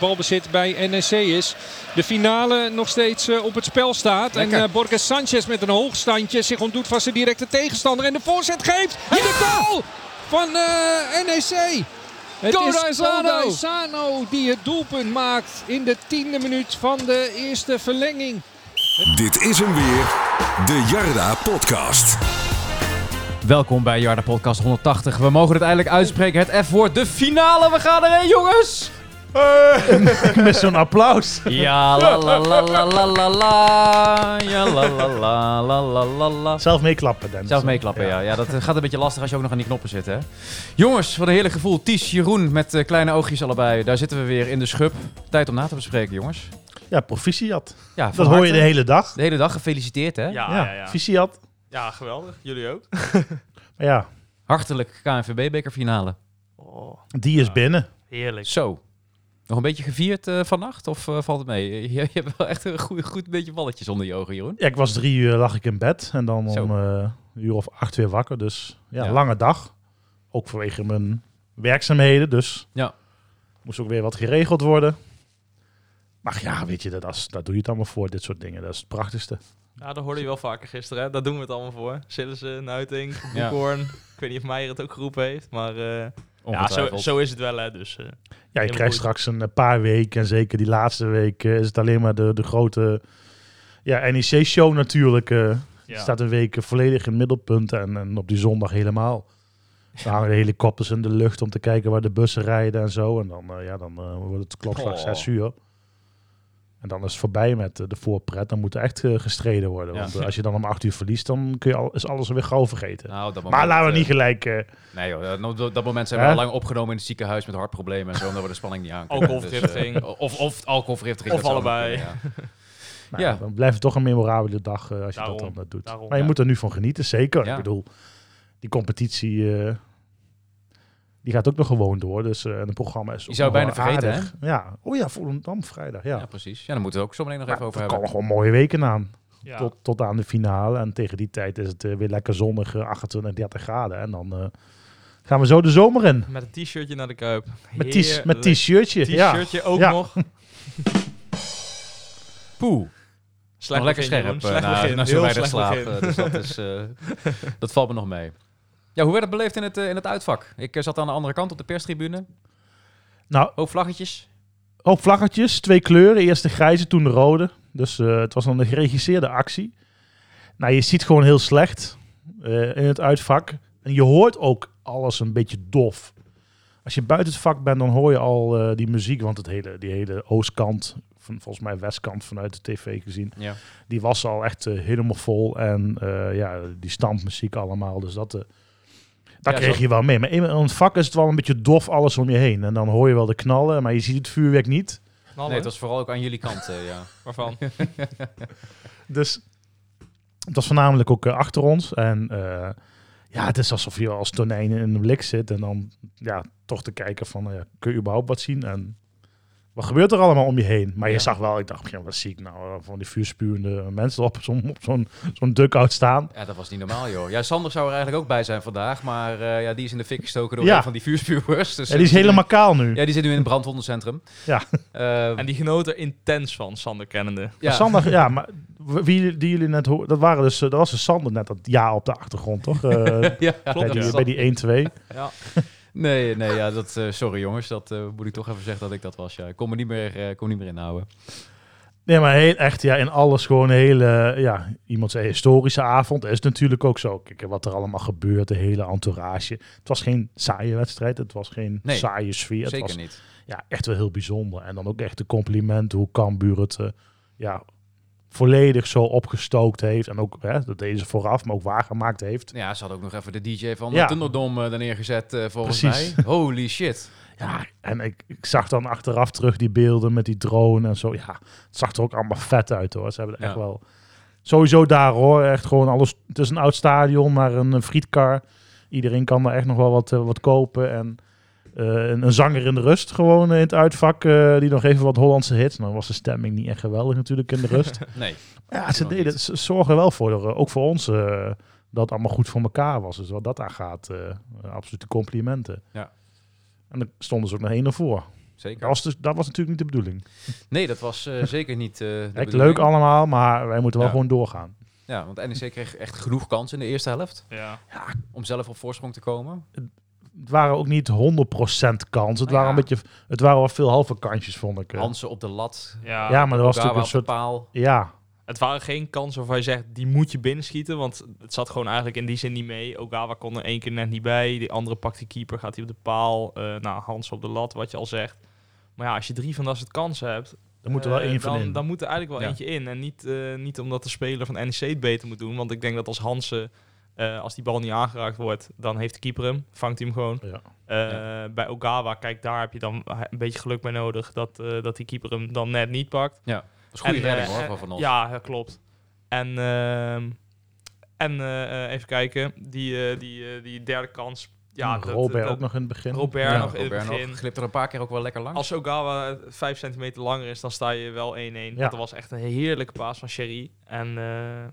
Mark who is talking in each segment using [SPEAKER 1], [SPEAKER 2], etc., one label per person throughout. [SPEAKER 1] balbezit bij NEC is. De finale nog steeds eh, op het spel staat.
[SPEAKER 2] Lekker.
[SPEAKER 1] En eh, Borges Sanchez met een hoog standje zich ontdoet van zijn directe tegenstander. En de voorzet geeft. En de goal van eh, NEC. Het is
[SPEAKER 2] Kodaisano.
[SPEAKER 1] Kodaisano die het doelpunt maakt in de tiende minuut van de eerste verlenging.
[SPEAKER 3] Dit is hem weer, de Jarda Podcast.
[SPEAKER 2] Welkom bij Jarda Podcast 180. We mogen het eindelijk uitspreken. Het F-woord, de finale. We gaan erheen, jongens.
[SPEAKER 4] Met zo'n applaus.
[SPEAKER 2] Ja, la la la la la la la. Ja, la la la la la la la.
[SPEAKER 4] Zelf meeklappen, Dennis.
[SPEAKER 2] Zelf meeklappen, ja. ja. Dat eh, gaat een beetje lastig als je ook nog aan die knoppen zit, hè. Jongens, wat een heerlijk gevoel. Ties, Jeroen met eh, kleine oogjes allebei. Daar zitten we weer in de schub. Tijd om na te bespreken, jongens.
[SPEAKER 4] Ja, proficiat.
[SPEAKER 2] Ja, van
[SPEAKER 4] Dat hoor
[SPEAKER 2] harte.
[SPEAKER 4] je
[SPEAKER 2] Ah,
[SPEAKER 4] de hele dag.
[SPEAKER 2] De hele dag gefeliciteerd, hè.
[SPEAKER 5] Ja,
[SPEAKER 4] ja,
[SPEAKER 5] ja, ja.
[SPEAKER 4] Proficiat.
[SPEAKER 5] Ja, geweldig. Jullie ook.
[SPEAKER 4] Maar ja,
[SPEAKER 2] Hartelijk KNVB-bekerfinale.
[SPEAKER 5] Oh,
[SPEAKER 4] die is binnen.
[SPEAKER 5] heerlijk.
[SPEAKER 2] Zo. Nog een beetje gevierd eh, vannacht? Of eh, valt het mee? Je, je hebt wel echt een goed, goed beetje balletjes onder je ogen, Jeroen.
[SPEAKER 4] Ja, ik was drie uur lag ik in bed en dan
[SPEAKER 2] Zo.
[SPEAKER 4] om eh, een uur of acht weer wakker. Dus ja,
[SPEAKER 2] Ja.
[SPEAKER 4] lange dag. Ook vanwege mijn werkzaamheden, dus
[SPEAKER 2] Ja.
[SPEAKER 4] moest ook weer wat geregeld worden. Maar ja, weet je, dat, als, daar doe je het allemaal voor, dit soort dingen. Dat is het prachtigste.
[SPEAKER 5] Ja, dat hoorde je wel vaker gisteren. Hè? Daar doen we het allemaal voor. Sillissen, Nuiting,
[SPEAKER 2] Ja.
[SPEAKER 5] Boekhoorn. Ik weet niet of Meijer het ook geroepen heeft, maar... eh, ja, zo,
[SPEAKER 2] Ongetwijfeld.
[SPEAKER 5] zo is het wel, hè. Dus, eh,
[SPEAKER 4] Ja, je
[SPEAKER 5] Helemaal
[SPEAKER 4] krijgt
[SPEAKER 5] goed.
[SPEAKER 4] straks een eh, paar weken en zeker die laatste week eh, is het alleen maar de, de grote ja, NEC-show natuurlijk. eh
[SPEAKER 5] ja.
[SPEAKER 4] Staat een week eh, volledig in het middelpunt en, en op die zondag helemaal. Dan hangen de helikopters in de lucht om te kijken waar de bussen rijden en zo. En dan, eh, ja, dan eh, wordt het klokslag
[SPEAKER 2] Oh.
[SPEAKER 4] 6 uur. En dan is het voorbij met eh, de voorpret. Dan moet er echt eh, gestreden worden.
[SPEAKER 2] Ja.
[SPEAKER 4] Want eh, als je dan om 8 uur verliest, dan kun je al, is alles weer gauw vergeten.
[SPEAKER 2] Nou, op dat
[SPEAKER 4] maar
[SPEAKER 2] moment,
[SPEAKER 4] laten we
[SPEAKER 2] eh,
[SPEAKER 4] niet gelijk... eh,
[SPEAKER 2] Nee joh, eh, op dat moment zijn we
[SPEAKER 4] Hè?
[SPEAKER 2] al lang opgenomen in het ziekenhuis met hartproblemen en zo, omdat we de spanning niet aan
[SPEAKER 5] Alcoholvergiftiging.
[SPEAKER 2] of, of alcoholvergiftiging.
[SPEAKER 5] Of
[SPEAKER 2] dat zou
[SPEAKER 5] allebei.
[SPEAKER 2] nog kunnen,
[SPEAKER 4] nou,
[SPEAKER 2] Ja.
[SPEAKER 4] Dan blijft het toch een memorabele dag eh, als je dat
[SPEAKER 5] Daarom,
[SPEAKER 4] dan eh, doet.
[SPEAKER 5] daarom.
[SPEAKER 4] maar je
[SPEAKER 2] Ja.
[SPEAKER 4] moet er nu van genieten, zeker.
[SPEAKER 2] Ja.
[SPEAKER 4] Ik bedoel, die competitie... eh, die gaat ook nog gewoon door. Dus, eh, en het programma is
[SPEAKER 2] Je
[SPEAKER 4] ook
[SPEAKER 2] zou
[SPEAKER 4] nog
[SPEAKER 2] bijna
[SPEAKER 4] wel
[SPEAKER 2] vergeten,
[SPEAKER 4] aardig. Ja. Oh ja, Volendam vrijdag. Ja.
[SPEAKER 2] ja. ja, precies. Ja, daar moeten we ook zo meteen nog
[SPEAKER 4] Maar
[SPEAKER 2] even over
[SPEAKER 4] er komen
[SPEAKER 2] hebben.
[SPEAKER 4] gewoon mooie weken aan.
[SPEAKER 5] Ja.
[SPEAKER 4] Tot, tot aan de finale. En tegen die tijd is het eh, weer lekker zonnig, eh, 28, 30 graden. En dan eh, gaan we zo de zomer in.
[SPEAKER 5] Met een t-shirtje naar de Kuip.
[SPEAKER 4] Met ties-
[SPEAKER 5] Heerlijk.
[SPEAKER 4] met t-shirtje. Ja.
[SPEAKER 5] T-shirtje ook
[SPEAKER 4] Ja.
[SPEAKER 5] nog.
[SPEAKER 2] Poeh, nog
[SPEAKER 5] Slecht
[SPEAKER 2] lekker
[SPEAKER 5] begin, Jeroen.
[SPEAKER 2] scherp eh,
[SPEAKER 5] Slecht
[SPEAKER 2] na,
[SPEAKER 5] begin.
[SPEAKER 2] na zo
[SPEAKER 5] Heel
[SPEAKER 2] weinig
[SPEAKER 5] slecht
[SPEAKER 2] slaap.
[SPEAKER 5] begin.
[SPEAKER 2] eh, Dus dat, is, eh, dat valt me nog mee. Ja, hoe werd het beleefd in het, eh, in het uitvak? Ik eh, zat aan de andere kant op de perstribune.
[SPEAKER 4] Nou,
[SPEAKER 2] Ook Oh, vlaggetjes.
[SPEAKER 4] ook Oh, vlaggetjes, twee kleuren. Eerst de grijze, toen de rode. Dus eh, het was dan een geregisseerde actie. Nou, je ziet gewoon heel slecht eh, in het uitvak. En je hoort ook alles een beetje dof. Als je buiten het vak bent, dan hoor je al eh, die muziek. Want het hele, die hele oostkant, van, volgens mij westkant vanuit de tv gezien...
[SPEAKER 2] Ja.
[SPEAKER 4] die was al echt eh, helemaal vol. En eh, ja, die stampmuziek allemaal. Dus dat, eh dat
[SPEAKER 2] Ja,
[SPEAKER 4] kreeg
[SPEAKER 2] zo-
[SPEAKER 4] je wel mee. Maar in in het vak is het wel een beetje dof alles om je heen. En dan hoor je wel de knallen, maar je ziet het vuurwerk niet.
[SPEAKER 5] Knallen,
[SPEAKER 2] Nee, het was vooral ook aan jullie kant, eh, ja.
[SPEAKER 5] Waarvan?
[SPEAKER 4] Dus het was voornamelijk ook eh, achter ons. En eh, ja, het is alsof je als tonijn in een blik zit. En dan ja, toch te kijken van, eh, kun je überhaupt wat zien? En wat gebeurt er allemaal om je heen? Maar je
[SPEAKER 2] Ja.
[SPEAKER 4] zag wel, ik dacht, ja, wat zie ik nou eh, van die vuurspuwende mensen op zo'n op zo'n zo'n duckout staan.
[SPEAKER 2] Ja, dat was niet normaal, joh. Ja, Sander zou er eigenlijk ook bij zijn vandaag, maar eh, ja, die is in de fik gestoken door
[SPEAKER 4] Ja.
[SPEAKER 2] een van die vuurspuwers. Dus
[SPEAKER 4] Ja, die is
[SPEAKER 2] eh,
[SPEAKER 4] helemaal kaal nu.
[SPEAKER 2] Ja, die zit nu in het brandwondencentrum.
[SPEAKER 4] Ja.
[SPEAKER 2] Eh,
[SPEAKER 5] En die genoot er intens van, Sander kennende.
[SPEAKER 2] ja.
[SPEAKER 4] Maar Sander, ja, maar wie jullie- die jullie net hoorden, dat, waren dus, eh, dat was dus Sander net, dat ja op de achtergrond, toch? Eh,
[SPEAKER 2] Ja.
[SPEAKER 4] bij,
[SPEAKER 5] dat
[SPEAKER 4] die,
[SPEAKER 5] is
[SPEAKER 4] bij die 1-2.
[SPEAKER 5] Ja.
[SPEAKER 2] Nee, nee, ja, dat, eh, sorry jongens, dat eh, moet ik toch even zeggen dat ik dat was. Ja. Ik kon me niet meer, eh, kon niet meer inhouden.
[SPEAKER 4] Nee, maar heel, echt, ja, in alles gewoon een hele, eh, ja, iemand zei historische avond. Dat is natuurlijk ook zo. Kijk, wat er allemaal gebeurt, de hele entourage. Het was geen saaie wedstrijd, het was geen
[SPEAKER 2] Nee,
[SPEAKER 4] saaie sfeer. Het
[SPEAKER 2] Zeker
[SPEAKER 4] was
[SPEAKER 2] niet.
[SPEAKER 4] ja, echt wel heel bijzonder. En dan ook echt de complimenten hoe Cambuur het eh, ja, volledig zo opgestookt heeft. En ook, hè, dat deden ze vooraf, maar ook waargemaakt heeft.
[SPEAKER 2] Ja, ze hadden ook nog even de DJ van
[SPEAKER 4] Ja.
[SPEAKER 2] de Thunderdome eh, daar neergezet, eh, volgens
[SPEAKER 4] Precies.
[SPEAKER 2] mij. Holy shit.
[SPEAKER 4] Ja, en ik, ik zag dan achteraf terug die beelden met die drone en zo. Ja, het zag er ook allemaal vet uit hoor. Ze hebben er echt
[SPEAKER 2] Ja.
[SPEAKER 4] wel... Sowieso daar hoor, echt gewoon alles. Het is een oud stadion, maar een, eh, frietkar. Iedereen kan daar echt nog wel wat, eh, wat kopen. En eh, een, een zanger in de rust gewoon eh, in het uitvak, eh, die nog even wat Hollandse hits. Nou was de stemming niet echt geweldig natuurlijk in de rust.
[SPEAKER 2] Nee.
[SPEAKER 4] Maar ja, ze,
[SPEAKER 2] Nog
[SPEAKER 4] deden,
[SPEAKER 2] niet.
[SPEAKER 4] ze zorgen er wel voor, eh, ook voor ons, eh, dat het allemaal goed voor elkaar was. Dus wat dat aangaat, eh absolute complimenten.
[SPEAKER 2] Ja.
[SPEAKER 4] En dan stonden ze ook nog één ervoor.
[SPEAKER 2] Zeker.
[SPEAKER 4] Dat was, dus, dat was natuurlijk niet de bedoeling.
[SPEAKER 2] Nee, dat was eh, zeker niet eh, de
[SPEAKER 4] Kijk,
[SPEAKER 2] bedoeling.
[SPEAKER 4] leuk allemaal, maar wij moeten wel
[SPEAKER 2] Ja.
[SPEAKER 4] gewoon doorgaan.
[SPEAKER 2] Ja, want NEC kreeg echt genoeg kans in de eerste helft
[SPEAKER 5] Ja.
[SPEAKER 2] om zelf op voorsprong te komen.
[SPEAKER 4] Het waren ook niet 100% kans. Het,
[SPEAKER 2] Nou
[SPEAKER 4] waren
[SPEAKER 2] ja.
[SPEAKER 4] een beetje, het waren wel veel halve kansjes, vond ik. eh.
[SPEAKER 2] Hansen op de lat,
[SPEAKER 5] ja.
[SPEAKER 4] ja, maar dat was
[SPEAKER 2] Ogawa
[SPEAKER 4] natuurlijk
[SPEAKER 2] op de
[SPEAKER 4] een soort...
[SPEAKER 2] paal.
[SPEAKER 4] Ja,
[SPEAKER 5] Het waren geen kansen waarvan je zegt, die moet je binnenschieten. Want het zat gewoon eigenlijk in die zin niet mee. Ogawa kon er één keer net niet bij. Die andere pakt die keeper, gaat hij op de paal. Eh nou, Hans op de lat, wat je al zegt. Maar ja, als je drie van dat soort kansen hebt...
[SPEAKER 4] er moet er wel
[SPEAKER 5] eh,
[SPEAKER 4] één van
[SPEAKER 5] dan,
[SPEAKER 4] in.
[SPEAKER 5] Dan moet er eigenlijk
[SPEAKER 2] Ja.
[SPEAKER 5] wel eentje in. En niet, eh, niet omdat de speler van NEC het beter moet doen. Want ik denk dat als Hansen, eh, als die bal niet aangeraakt wordt... dan heeft de keeper hem, vangt hij hem gewoon.
[SPEAKER 4] Ja.
[SPEAKER 5] Eh, Bij Ogawa, kijk, daar heb je dan een beetje geluk bij nodig... dat, eh, dat die keeper hem dan net niet pakt.
[SPEAKER 2] Dat is een goede
[SPEAKER 5] En,
[SPEAKER 2] redding
[SPEAKER 5] eh,
[SPEAKER 2] hoor,
[SPEAKER 5] eh,
[SPEAKER 2] van Van Os.
[SPEAKER 5] Ja, dat klopt. En, ehm, en eh, eh, even kijken, die, eh, die, eh, die derde kans. Ja, dat-
[SPEAKER 4] Hm, Robert
[SPEAKER 5] dat-
[SPEAKER 4] ook nog in het begin.
[SPEAKER 5] Robert
[SPEAKER 2] Ja,
[SPEAKER 5] nog in
[SPEAKER 2] Robert
[SPEAKER 5] het
[SPEAKER 2] nog.
[SPEAKER 5] begin.
[SPEAKER 2] Glipt er een paar keer ook wel lekker langs.
[SPEAKER 5] Als Ogawa 5 centimeter langer is, dan sta je wel 1-1.
[SPEAKER 4] Ja.
[SPEAKER 5] Want dat was echt een heerlijke paas van Sherry. En, eh,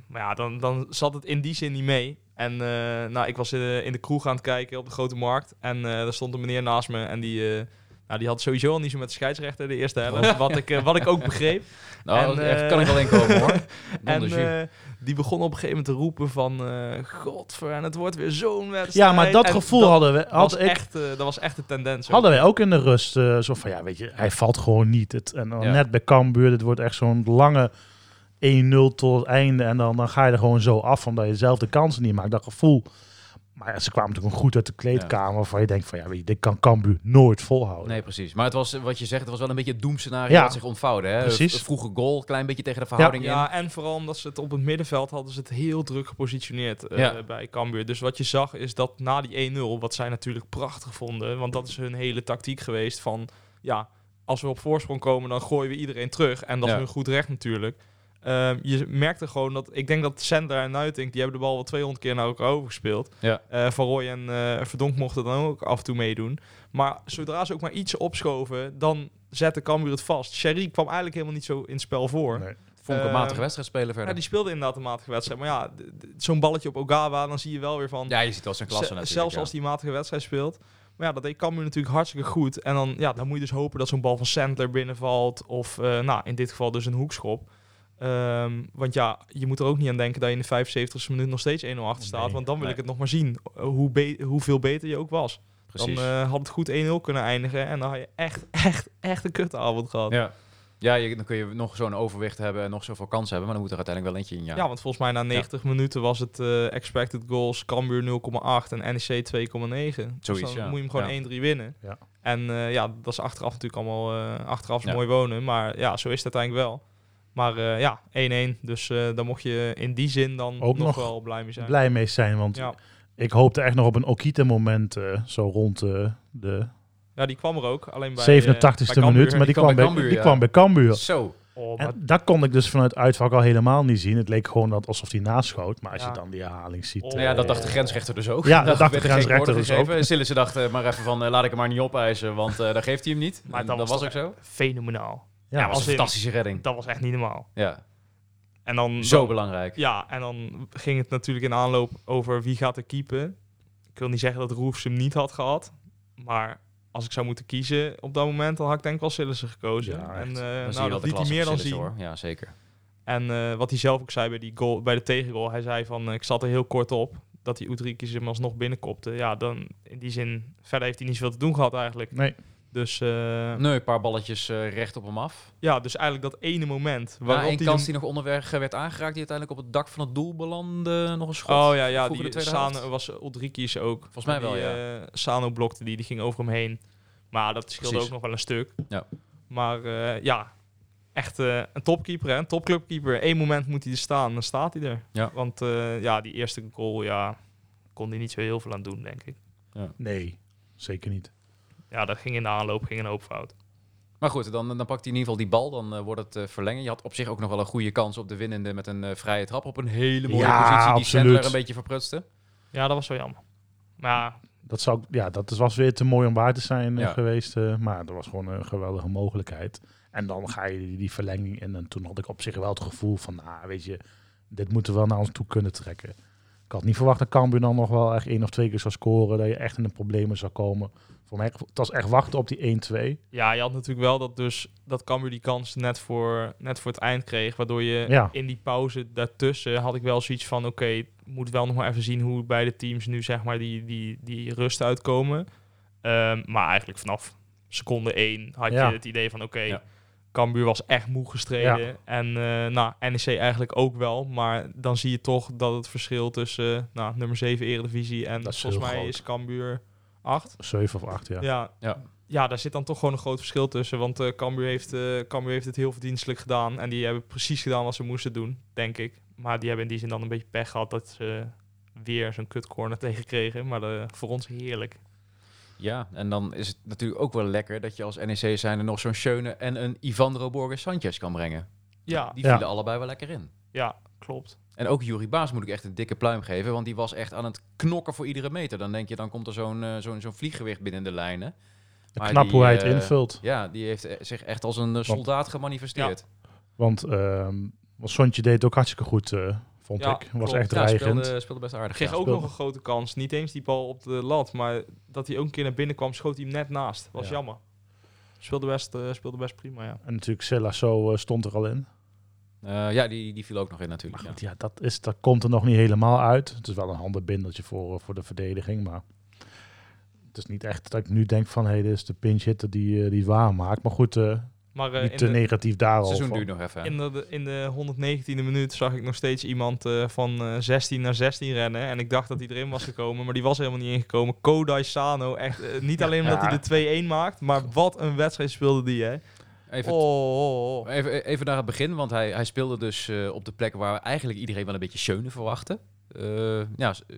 [SPEAKER 5] maar ja, dan, dan zat het in die zin niet mee. En eh, nou, ik was in de, in de kroeg aan het kijken op de Grote Markt. En eh, daar stond een meneer naast me. En die, eh, nou, die had sowieso al niet zo met de scheidsrechter de eerste helft. Wat ik, eh, wat ik ook begreep.
[SPEAKER 2] nou,
[SPEAKER 5] en,
[SPEAKER 2] dat Oh. echt
[SPEAKER 5] eh,
[SPEAKER 2] kan ik wel inkomen hoor.
[SPEAKER 5] En
[SPEAKER 2] En,
[SPEAKER 4] dus
[SPEAKER 5] eh, die begon op een gegeven moment te roepen van... eh Godver, en het wordt weer zo'n wedstrijd.
[SPEAKER 4] Ja, maar dat
[SPEAKER 5] En
[SPEAKER 4] gevoel hadden we.
[SPEAKER 5] was
[SPEAKER 4] Had ik,
[SPEAKER 5] echt, eh, dat was echt de tendens. ook.
[SPEAKER 4] hadden wij ook in de rust. eh, zo van, ja, weet je, hij valt gewoon niet. Het, en dan
[SPEAKER 2] Ja.
[SPEAKER 4] net bij Cambuur, dit wordt echt zo'n lange 1-0 tot het einde. En dan, dan ga je er gewoon zo af, omdat je zelf de kansen niet maakt. Dat gevoel. Maar ja, ze kwamen natuurlijk goed uit de kleedkamer. Waarvan je denkt van, ja, weet je, dit kan Cambuur nooit volhouden.
[SPEAKER 2] Nee, precies. Maar het was, eh, wat je zegt, het was wel een beetje het doemscenario
[SPEAKER 4] Ja.
[SPEAKER 2] dat zich ontvouwde. Hè?
[SPEAKER 4] Precies.
[SPEAKER 2] Een vroege goal, klein beetje tegen de verhouding in.
[SPEAKER 5] Ja, en vooral omdat ze het op het middenveld hadden ze het heel druk gepositioneerd eh,
[SPEAKER 2] Ja.
[SPEAKER 5] bij Cambuur. Dus wat je zag is dat na die 1-0, wat zij natuurlijk prachtig vonden, want dat is hun hele tactiek geweest van, ja, als we op voorsprong komen, dan gooien we iedereen terug. En dat
[SPEAKER 2] Ja.
[SPEAKER 5] is hun goed recht natuurlijk. Ehm, je merkte gewoon dat, ik denk dat Sender en Nuitink, die hebben de bal wel 200 keer naar elkaar overgespeeld.
[SPEAKER 2] Ja.
[SPEAKER 5] Eh, van Roy en eh, Verdonk mochten dan ook af en toe meedoen. Maar zodra ze ook maar iets opschoven, dan zette Cambuur het vast. Sherry kwam eigenlijk helemaal niet zo in het spel voor.
[SPEAKER 4] Nee.
[SPEAKER 2] Vond ik een matige
[SPEAKER 5] eh,
[SPEAKER 2] wedstrijd spelen verder.
[SPEAKER 5] Ja, die speelde inderdaad een matige wedstrijd. Maar ja, d- d- zo'n balletje op Ogawa, dan zie je wel weer van...
[SPEAKER 2] Ja, je ziet wel zijn klasse
[SPEAKER 5] ze-
[SPEAKER 2] natuurlijk.
[SPEAKER 5] zelfs
[SPEAKER 2] ja.
[SPEAKER 5] als die matige wedstrijd speelt. Maar ja, dat deed Cambuur natuurlijk hartstikke goed. En dan, ja, dan moet je dus hopen dat zo'n bal van Sandler binnenvalt. Of eh, nou, in dit geval dus een hoekschop. Ehm, want ja, je moet er ook niet aan denken dat je in de 75 e minuut nog steeds 1-0 achter staat.
[SPEAKER 4] Nee,
[SPEAKER 5] want dan wil
[SPEAKER 2] nee.
[SPEAKER 5] ik het nog maar zien eh, hoe be- hoeveel beter je ook was.
[SPEAKER 2] Precies.
[SPEAKER 5] Dan eh, had het goed 1-0 kunnen eindigen. En dan had je echt, echt, echt een kutavond gehad. Ja.
[SPEAKER 2] Ja, ja je, dan kun je nog zo'n overwicht hebben en nog zoveel kansen hebben, maar dan moet er uiteindelijk wel eentje in. Ja,
[SPEAKER 5] want volgens mij na 90 minuten was het eh, expected goals Cambuur 0,8 en E NEC 2,9. Dus
[SPEAKER 2] Zoiets,
[SPEAKER 5] dan
[SPEAKER 2] ja.
[SPEAKER 5] moet je hem gewoon
[SPEAKER 2] Ja.
[SPEAKER 5] 1-3 winnen.
[SPEAKER 4] Ja.
[SPEAKER 5] En eh, ja, dat is achteraf natuurlijk allemaal eh, achteraf is
[SPEAKER 2] Ja.
[SPEAKER 5] mooi wonen. Maar ja, zo is het uiteindelijk wel. Maar eh, ja, 1-1. Dus eh daar mocht je in die zin dan
[SPEAKER 4] Ook
[SPEAKER 5] nog,
[SPEAKER 4] nog
[SPEAKER 5] wel blij mee zijn.
[SPEAKER 4] Blij mee zijn, want
[SPEAKER 5] Ja.
[SPEAKER 4] ik hoopte echt nog op een Okita-moment. eh, zo rond eh, de
[SPEAKER 5] ja, die kwam er ook. Alleen eh, bij,
[SPEAKER 4] 87 e
[SPEAKER 5] e
[SPEAKER 4] minuut. Maar die kwam bij
[SPEAKER 2] Cambuur,
[SPEAKER 4] die
[SPEAKER 2] ja.
[SPEAKER 4] kwam bij Cambuur.
[SPEAKER 2] Zo.
[SPEAKER 4] En dat kon ik dus vanuit uitvak al helemaal niet zien. Het leek gewoon dat alsof hij naschoot. Maar als
[SPEAKER 5] Ja.
[SPEAKER 4] je dan die herhaling ziet...
[SPEAKER 5] Oh.
[SPEAKER 4] eh,
[SPEAKER 2] Nou ja, dat dacht de grensrechter dus ook.
[SPEAKER 4] Ja,
[SPEAKER 2] Nou,
[SPEAKER 4] dat dacht de
[SPEAKER 2] werd er geen
[SPEAKER 4] grensrechter
[SPEAKER 2] woorden
[SPEAKER 4] dus
[SPEAKER 2] gegeven. Sillissen dacht eh, maar even van, eh, laat ik hem maar niet opeisen, want eh daar geeft hij hem niet.
[SPEAKER 5] Maar
[SPEAKER 2] En
[SPEAKER 5] dat
[SPEAKER 2] dat
[SPEAKER 5] was
[SPEAKER 2] was ook zo.
[SPEAKER 5] Fenomenaal.
[SPEAKER 4] ja,
[SPEAKER 2] Ja, was een
[SPEAKER 5] als in-
[SPEAKER 2] fantastische redding.
[SPEAKER 5] Dat was echt niet normaal.
[SPEAKER 2] Ja,
[SPEAKER 5] En dan,
[SPEAKER 2] zo belangrijk.
[SPEAKER 5] Ja, en dan ging het natuurlijk in aanloop over wie gaat er keepen. Ik wil niet zeggen dat Roefs hem niet had gehad. Maar als ik zou moeten kiezen op dat moment, dan had ik denk ik wel Sillissen gekozen.
[SPEAKER 4] Ja,
[SPEAKER 5] en
[SPEAKER 4] echt.
[SPEAKER 5] eh,
[SPEAKER 2] Dan zie je
[SPEAKER 5] nou,
[SPEAKER 2] wel
[SPEAKER 5] dat
[SPEAKER 2] de
[SPEAKER 5] liet hij
[SPEAKER 2] klasse
[SPEAKER 5] meer
[SPEAKER 2] van
[SPEAKER 5] dan zien.
[SPEAKER 2] Sillissen, hoor. Ja, zeker.
[SPEAKER 5] En eh, wat hij zelf ook zei bij, die goal, bij de tegengoal. Hij zei van, eh, ik zat er heel kort op. Dat die Utrikis hem alsnog binnenkopte. Ja, dan in die zin, verder heeft hij niet zoveel te doen gehad eigenlijk.
[SPEAKER 4] Nee.
[SPEAKER 5] Dus, eh,
[SPEAKER 2] Nee, een paar balletjes eh, recht op hem af.
[SPEAKER 5] ja, dus eigenlijk dat ene moment
[SPEAKER 2] Maar
[SPEAKER 5] waarop
[SPEAKER 2] één
[SPEAKER 5] hij
[SPEAKER 2] kans
[SPEAKER 5] hem-
[SPEAKER 2] die nog onderweg eh, werd aangeraakt, die uiteindelijk op het dak van het doel belandde. Nog een schot.
[SPEAKER 5] Oh ja, ja
[SPEAKER 2] Vroeg in de
[SPEAKER 5] die
[SPEAKER 2] tweede
[SPEAKER 5] Sano
[SPEAKER 2] helft.
[SPEAKER 5] was Ulrikis ook.
[SPEAKER 2] Volgens mij wel,
[SPEAKER 5] die, eh, Sano blokte die, die ging over hem heen. Maar dat scheelde
[SPEAKER 2] Precies.
[SPEAKER 5] ook nog wel een stuk.
[SPEAKER 2] Ja.
[SPEAKER 5] Maar eh, ja, echt eh, een topkeeper, hè? een topclubkeeper. Eén moment moet hij er staan, dan staat hij er.
[SPEAKER 2] Ja.
[SPEAKER 5] Want eh, ja, die eerste goal, ja, kon hij niet zo heel veel aan doen, denk ik.
[SPEAKER 4] Nee, zeker niet.
[SPEAKER 5] Ja, dat ging in de aanloop, ging een hoop fout.
[SPEAKER 2] Maar goed, dan, dan pakt hij in ieder geval die bal. Dan eh, wordt het eh, verlengen. Je had op zich ook nog wel een goede kans op de winnende met een eh, vrije trap. Op een hele mooie
[SPEAKER 4] Ja,
[SPEAKER 2] positie die
[SPEAKER 4] absoluut.
[SPEAKER 2] Sandler een beetje verprutste.
[SPEAKER 5] Ja, dat was wel jammer. Maar
[SPEAKER 4] Dat, zou, ik- ja, dat is- was weer te mooi om waar te zijn eh,
[SPEAKER 2] Ja.
[SPEAKER 4] geweest. eh, maar dat was gewoon een geweldige mogelijkheid. En dan ga je die, die verlenging in. En toen had ik op zich wel het gevoel van... Nou, weet je, dit moeten we wel naar ons toe kunnen trekken. Ik had niet verwacht dat Cambuur dan nog wel echt één of twee keer zou scoren. Dat je echt in de problemen zou komen. Voor mij, het was echt wachten op die 1-2.
[SPEAKER 5] Ja, je had natuurlijk wel dat dus dat Cambuur die kans net voor, net voor het eind kreeg. Waardoor je
[SPEAKER 4] Ja.
[SPEAKER 5] in die pauze daartussen had ik wel zoiets van oké, moet wel nog maar even zien hoe beide teams nu zeg maar die, die, die rust uitkomen. Ehm, maar eigenlijk vanaf seconde 1 had
[SPEAKER 4] Ja.
[SPEAKER 5] je het idee van oké,
[SPEAKER 2] Ja.
[SPEAKER 5] Cambuur was echt moe gestreden. En eh, nou, NEC eigenlijk ook wel. Maar dan zie je toch dat het verschil tussen eh, nou, nummer 7 Eredivisie en
[SPEAKER 4] Dat is
[SPEAKER 5] volgens
[SPEAKER 4] heel
[SPEAKER 5] mij
[SPEAKER 4] groot.
[SPEAKER 5] is Cambuur 8.
[SPEAKER 4] 7 of 8, ja.
[SPEAKER 5] Ja.
[SPEAKER 2] Ja.
[SPEAKER 5] Ja. daar zit dan toch gewoon een groot verschil tussen. Want eh Cambuur, heeft, eh Cambuur heeft het heel verdienstelijk gedaan. En die hebben precies gedaan wat ze moesten doen, denk ik. Maar die hebben in die zin dan een beetje pech gehad dat ze weer zo'n kutcorner tegenkregen. Maar eh, voor ons heerlijk.
[SPEAKER 2] Ja, en dan is het natuurlijk ook wel lekker dat je als NEC zijnde nog zo'n Schöne en een Ivandro Borges Sanchez kan brengen.
[SPEAKER 5] Ja,
[SPEAKER 2] Die
[SPEAKER 4] Ja.
[SPEAKER 2] vielen allebei wel lekker in.
[SPEAKER 5] ja klopt.
[SPEAKER 2] En ook Jurie Baas moet ik echt een dikke pluim geven, want die was echt aan het knokken voor iedere meter. Dan denk je, dan komt er zo'n eh, zo'n zo'n vlieggewicht binnen de lijnen. Maar
[SPEAKER 4] Knap
[SPEAKER 2] die,
[SPEAKER 4] hoe hij het
[SPEAKER 2] eh,
[SPEAKER 4] invult.
[SPEAKER 2] Ja, die heeft eh, zich echt als een eh, soldaat gemanifesteerd.
[SPEAKER 4] Want ehm wat Sontje deed ook hartstikke goed, eh, vond
[SPEAKER 5] Ja,
[SPEAKER 4] ik. Was
[SPEAKER 5] klopt.
[SPEAKER 4] echt
[SPEAKER 2] Ja,
[SPEAKER 4] dreigend.
[SPEAKER 2] speelde, speelde best aardig.
[SPEAKER 5] Kreeg
[SPEAKER 2] ja.
[SPEAKER 5] ook
[SPEAKER 4] speelde.
[SPEAKER 5] nog een grote kans. Niet eens die bal op de lat, maar dat hij ook een keer naar binnen kwam, schoot hij hem net naast. Was
[SPEAKER 4] Ja.
[SPEAKER 5] jammer. Speelde best, eh, speelde best prima, ja.
[SPEAKER 4] En natuurlijk Silla zo eh, stond er al in.
[SPEAKER 2] Eh, ja, die, die viel ook nog in
[SPEAKER 4] Maar
[SPEAKER 2] natuurlijk.
[SPEAKER 4] goed,
[SPEAKER 2] ja.
[SPEAKER 4] ja, dat, is, dat komt er nog niet helemaal uit. Het is wel een handenbindeltje voor, eh, voor de verdediging, maar... Het is niet echt dat ik nu denk van, hé, dit is de pinch hitter die, eh, die het waar maakt. Maar goed, eh,
[SPEAKER 5] Maar eh,
[SPEAKER 4] niet
[SPEAKER 5] in
[SPEAKER 4] te
[SPEAKER 5] de-
[SPEAKER 4] negatief
[SPEAKER 2] Het
[SPEAKER 4] daarover.
[SPEAKER 2] seizoen duurt nog even. hè?
[SPEAKER 5] In de, in de 119e minuut zag ik nog steeds iemand eh, van eh, 16 naar 16 rennen. En ik dacht dat hij erin was gekomen, maar die was helemaal niet ingekomen. Kodai Sano, echt eh, niet alleen omdat
[SPEAKER 4] Ja.
[SPEAKER 5] hij de 2-1 maakt, maar wat een wedstrijd speelde die, hè?
[SPEAKER 2] Even,
[SPEAKER 5] Oh, oh, oh.
[SPEAKER 2] Even, eh, even naar het begin, want hij, hij speelde dus eh, op de plek waar eigenlijk iedereen wel een beetje Schöne verwachtte. Eh, ja, s- eh,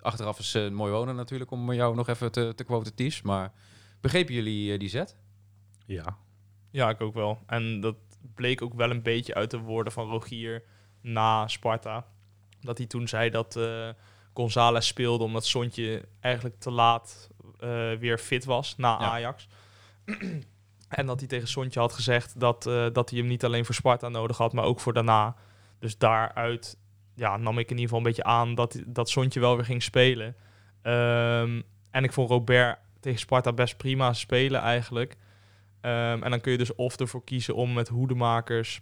[SPEAKER 2] achteraf is eh, een mooi wonen natuurlijk, om jou nog even te, te quoten, Ties. Maar begrepen jullie eh, die zet?
[SPEAKER 4] Ja,
[SPEAKER 5] Ja, ik ook wel. En dat bleek ook wel een beetje uit de woorden van Rogier na Sparta. Dat hij toen zei dat eh González speelde omdat Sontje eigenlijk te laat eh, weer fit was na
[SPEAKER 2] Ja.
[SPEAKER 5] Ajax. en dat hij tegen Sontje had gezegd dat, eh, dat hij hem niet alleen voor Sparta nodig had, maar ook voor daarna. Dus daaruit ja, nam ik in ieder geval een beetje aan dat, dat Sontje wel weer ging spelen. Ehm, en ik vond Robert tegen Sparta best prima spelen eigenlijk. Ehm, en dan kun je dus of ervoor kiezen om met hoedemakers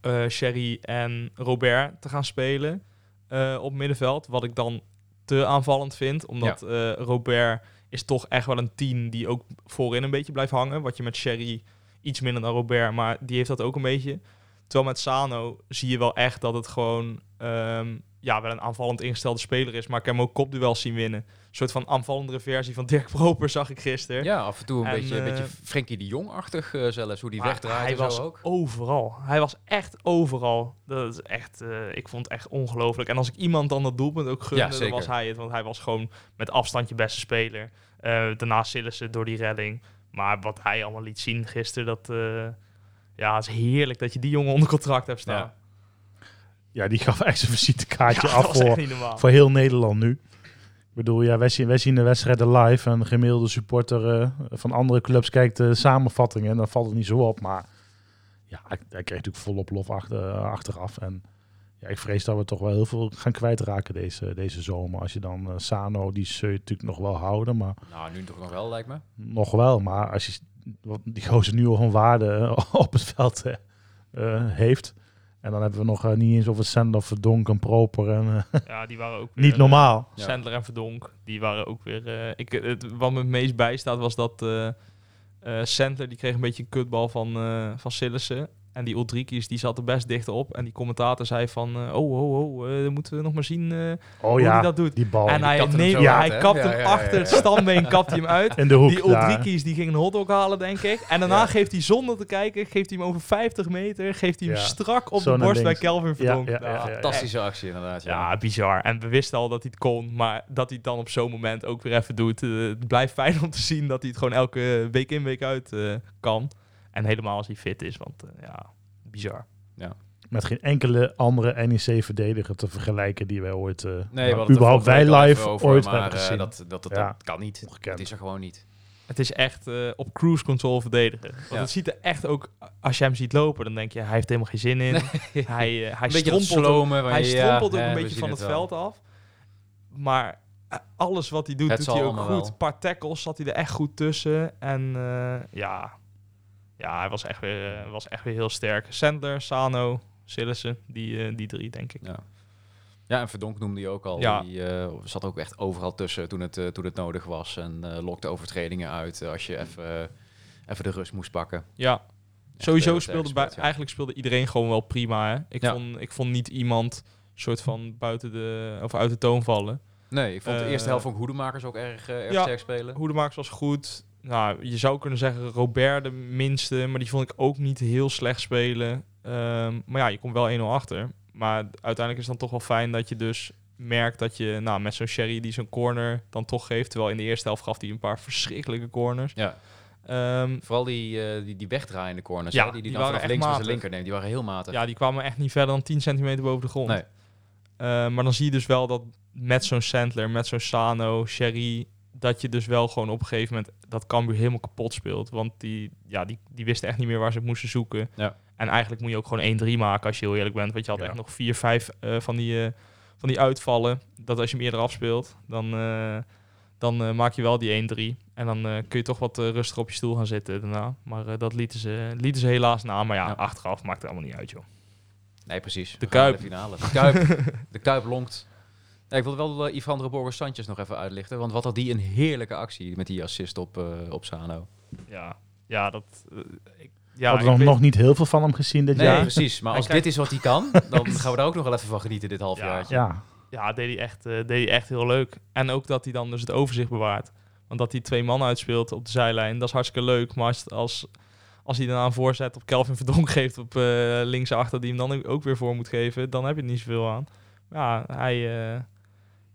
[SPEAKER 5] eh Sherry en Robert te gaan spelen eh, op middenveld. Wat ik dan te aanvallend vind, omdat eh, Robert is toch echt wel een 10 die ook voorin een beetje blijft hangen. Wat je met Sherry iets minder dan Robert, maar die heeft dat ook een beetje. Terwijl met Sano zie je wel echt dat het gewoon ehm, ja, wel een aanvallend ingestelde speler is. Maar ik heb hem ook kopduels zien winnen. Een soort van aanvallendere versie van Dirk Proper zag ik gisteren.
[SPEAKER 2] Ja, af en toe een
[SPEAKER 5] En,
[SPEAKER 2] beetje, een
[SPEAKER 5] eh,
[SPEAKER 2] beetje Frenkie de Jong-achtig eh, zelfs, hoe die
[SPEAKER 5] Maar
[SPEAKER 2] wegdraait
[SPEAKER 5] Hij
[SPEAKER 2] en
[SPEAKER 5] was
[SPEAKER 2] zo ook.
[SPEAKER 5] overal. Hij was echt overal. Dat is echt, eh, ik vond het echt ongelooflijk. En als ik iemand dan dat doelpunt ook gunde,
[SPEAKER 2] Ja,
[SPEAKER 5] dan
[SPEAKER 2] zeker.
[SPEAKER 5] was hij het. Want hij was gewoon met afstand je beste speler. Eh daarna Sillissen door die redding. Maar wat hij allemaal liet zien gisteren, dat... eh, ja, het is heerlijk dat je die jongen onder contract hebt staan.
[SPEAKER 2] Ja.
[SPEAKER 4] ja die gaf echt zijn
[SPEAKER 5] Ja,
[SPEAKER 4] visitekaartje
[SPEAKER 5] dat
[SPEAKER 4] af
[SPEAKER 5] was
[SPEAKER 4] voor,
[SPEAKER 5] echt niet normaal.
[SPEAKER 4] voor heel Nederland nu. Ik bedoel, ja, wij zien, wij zien de wedstrijden live en de gemiddelde supporter eh, van andere clubs kijkt de samenvattingen en dan valt het niet zo op. Maar ja, hij, hij kreeg natuurlijk volop lof achter, achteraf. En ja, ik vrees dat we toch wel heel veel gaan kwijtraken deze, deze zomer. Als je dan eh, Sano, die zul je natuurlijk nog wel houden, maar
[SPEAKER 2] Nou, nu toch nog wel, lijkt me.
[SPEAKER 4] nog wel. Maar als je wat die gozer nu al een waarde eh, op het veld eh, eh, heeft. En dan hebben we nog eh, niet eens over Sender, Verdonk en Proper. En, eh,
[SPEAKER 5] Ja, die waren ook
[SPEAKER 4] niet
[SPEAKER 5] weer, eh,
[SPEAKER 4] normaal.
[SPEAKER 2] Ja.
[SPEAKER 5] Sandler en Verdonk, die waren ook weer... eh, ik, het, wat me het meest bijstaat was dat eh eh, Sandler, die kreeg een beetje een kutbal van, eh van Sillissen. En die Ulrikis, die zat er best dicht op. En die commentator zei van, eh, oh, oh, oh, eh, dan moeten we nog maar zien eh,
[SPEAKER 4] Oh
[SPEAKER 5] hoe
[SPEAKER 4] ja, Oh,
[SPEAKER 5] hij dat doet.
[SPEAKER 4] die bal.
[SPEAKER 5] en hij,
[SPEAKER 2] kapte hem
[SPEAKER 5] nee,
[SPEAKER 2] zo
[SPEAKER 5] ja,
[SPEAKER 2] uit,
[SPEAKER 5] hij
[SPEAKER 2] hè?
[SPEAKER 5] kapte
[SPEAKER 2] Ja,
[SPEAKER 5] hem
[SPEAKER 2] ja, ja,
[SPEAKER 5] achter
[SPEAKER 2] ja.
[SPEAKER 5] het stambeen, kapte hij hem uit.
[SPEAKER 4] in de hoek.
[SPEAKER 5] Die
[SPEAKER 4] daar.
[SPEAKER 5] Ulrikis, die ging een hotdog halen, denk ik. En daarna
[SPEAKER 2] Ja.
[SPEAKER 5] geeft hij zonder te kijken, geeft hij hem over 50 meter, geeft hij hem
[SPEAKER 4] Ja.
[SPEAKER 5] strak op
[SPEAKER 4] Zo
[SPEAKER 5] de
[SPEAKER 4] naar
[SPEAKER 5] borst bij
[SPEAKER 4] links.
[SPEAKER 5] Kelvin Verdonk.
[SPEAKER 4] ja, ja,
[SPEAKER 5] Nou,
[SPEAKER 4] ja.
[SPEAKER 2] Fantastische actie inderdaad, ja.
[SPEAKER 5] ja, bizar. En we wisten al dat hij het kon, maar dat hij het dan op zo'n moment ook weer even doet. eh, het blijft fijn om te zien dat hij het gewoon elke week in, week uit eh, kan. En helemaal als hij fit is, want eh, ja, bizar.
[SPEAKER 4] Met geen enkele andere NEC-verdediger te vergelijken die wij ooit... eh,
[SPEAKER 2] Nee,
[SPEAKER 4] nou,
[SPEAKER 2] we hadden het er
[SPEAKER 4] überhaupt
[SPEAKER 2] vorige
[SPEAKER 4] wij
[SPEAKER 2] week al
[SPEAKER 4] live
[SPEAKER 2] even over,
[SPEAKER 4] ooit
[SPEAKER 2] maar,
[SPEAKER 4] hebben
[SPEAKER 2] eh,
[SPEAKER 4] gezien.
[SPEAKER 2] dat, dat, dat, dat
[SPEAKER 4] Ja.
[SPEAKER 2] kan niet.
[SPEAKER 4] Ongekend.
[SPEAKER 2] Het is er gewoon niet.
[SPEAKER 5] Het is echt eh, op cruise control verdedigen. Want
[SPEAKER 2] Ja.
[SPEAKER 5] het ziet er echt ook, als je hem ziet lopen, dan denk je, hij heeft helemaal geen zin in. hij eh, hij
[SPEAKER 2] een beetje dat
[SPEAKER 5] strompelt ook,
[SPEAKER 2] slomen, maar
[SPEAKER 5] hij
[SPEAKER 2] ja,
[SPEAKER 5] strompelt ook
[SPEAKER 2] hè,
[SPEAKER 5] een
[SPEAKER 2] we
[SPEAKER 5] beetje
[SPEAKER 2] zien
[SPEAKER 5] van het,
[SPEAKER 2] wel.
[SPEAKER 5] veld af. Maar eh, alles wat hij doet,
[SPEAKER 2] Het
[SPEAKER 5] doet
[SPEAKER 2] zal
[SPEAKER 5] hij ook
[SPEAKER 2] allemaal
[SPEAKER 5] goed.
[SPEAKER 2] wel.
[SPEAKER 5] Een paar tackles zat hij er echt goed tussen. En eh, ja. ja, hij was echt, weer, eh, was echt weer heel sterk. Sandler, Sano, Sillissen, die, eh, die drie denk ik.
[SPEAKER 2] Ja. Ja, en Verdonk noemde je ook al.
[SPEAKER 5] Ja.
[SPEAKER 2] Die eh, zat ook echt overal tussen toen het, eh, toen het nodig was. En eh lokte overtredingen uit eh, als je even eh, even de rust moest pakken.
[SPEAKER 5] Ja,
[SPEAKER 2] Echt,
[SPEAKER 5] Sowieso
[SPEAKER 2] eh,
[SPEAKER 5] speelde bij,
[SPEAKER 2] expert, ja.
[SPEAKER 5] eigenlijk speelde iedereen gewoon wel prima. Hè? Ik,
[SPEAKER 2] Ja.
[SPEAKER 5] vond, ik vond niet iemand soort van buiten de of uit de toon vallen.
[SPEAKER 2] Nee, ik vond de
[SPEAKER 5] Eh,
[SPEAKER 2] eerste helft van Hoedemakers ook erg, eh, erg
[SPEAKER 5] ja.
[SPEAKER 2] sterk spelen.
[SPEAKER 5] Hoedemakers was goed. Nou, je zou kunnen zeggen Robert de minste, maar die vond ik ook niet heel slecht spelen. Ehm, maar ja, je komt wel 1-0 achter. Maar uiteindelijk is het dan toch wel fijn dat je dus merkt dat je nou, met zo'n Sherry die zo'n corner dan toch geeft. Terwijl in de eerste helft gaf hij een paar verschrikkelijke corners.
[SPEAKER 2] Ja.
[SPEAKER 5] Ehm,
[SPEAKER 2] Vooral die, eh, die, die wegdraaiende corners,
[SPEAKER 5] Ja,
[SPEAKER 2] hè, die, die,
[SPEAKER 5] die
[SPEAKER 2] dan
[SPEAKER 5] waren
[SPEAKER 2] vanaf
[SPEAKER 5] echt
[SPEAKER 2] links naar de
[SPEAKER 5] matig.
[SPEAKER 2] linker neemt, die waren heel matig.
[SPEAKER 5] ja, die kwamen echt niet verder dan 10 centimeter boven de grond.
[SPEAKER 2] nee.
[SPEAKER 5] Eh, maar dan zie je dus wel dat met zo'n Sandler, met zo'n Sano, Sherry, dat je dus wel gewoon op een gegeven moment dat Cambuur helemaal kapot speelt. Want die, ja, die, die wisten echt niet meer waar ze het moesten zoeken.
[SPEAKER 2] Ja.
[SPEAKER 5] En eigenlijk moet je ook gewoon 1-3 maken als je heel eerlijk bent. Want je had
[SPEAKER 2] Ja.
[SPEAKER 5] echt nog 4, 5 eh, van, die, eh, van die uitvallen. Dat als je hem eerder afspeelt, dan, eh, dan eh, maak je wel die 1-3. En dan eh, kun je toch wat eh, rustiger op je stoel gaan zitten daarna. Maar eh, dat lieten ze, lieten ze helaas na. Maar ja,
[SPEAKER 2] Ja.
[SPEAKER 5] achteraf maakt het allemaal niet uit, joh.
[SPEAKER 2] nee, precies.
[SPEAKER 5] De
[SPEAKER 2] We gaan naar
[SPEAKER 5] Kuip.
[SPEAKER 2] De, finale. De, Kuip, de Kuip lonkt. Nee, ik wilde wel uh, Ivandro Borges Sanchez nog even uitlichten. Want wat had die een heerlijke actie met die assist op, eh, op Sano.
[SPEAKER 5] Ja, ja dat... eh, ik,
[SPEAKER 4] We
[SPEAKER 5] ja,
[SPEAKER 4] hadden
[SPEAKER 5] ik
[SPEAKER 4] nog,
[SPEAKER 5] weet-
[SPEAKER 4] nog niet heel veel van hem gezien dit
[SPEAKER 2] Nee,
[SPEAKER 4] jaar.
[SPEAKER 2] precies. Maar
[SPEAKER 5] Hij
[SPEAKER 2] als
[SPEAKER 5] krijgt-
[SPEAKER 2] dit is wat hij kan, dan gaan we daar ook nog wel even van genieten dit halfjaartje.
[SPEAKER 4] Ja,
[SPEAKER 5] Ja, deed hij, echt, eh, deed hij echt heel leuk. En ook dat hij dan dus het overzicht bewaart. Want dat hij twee man uitspeelt op de zijlijn, dat is hartstikke leuk. Maar als, als, als hij daarna een voorzet op Kelvin Verdonk geeft op eh linksachter, die hem dan ook weer voor moet geven, dan heb je er niet zoveel aan. Ja, hij, eh,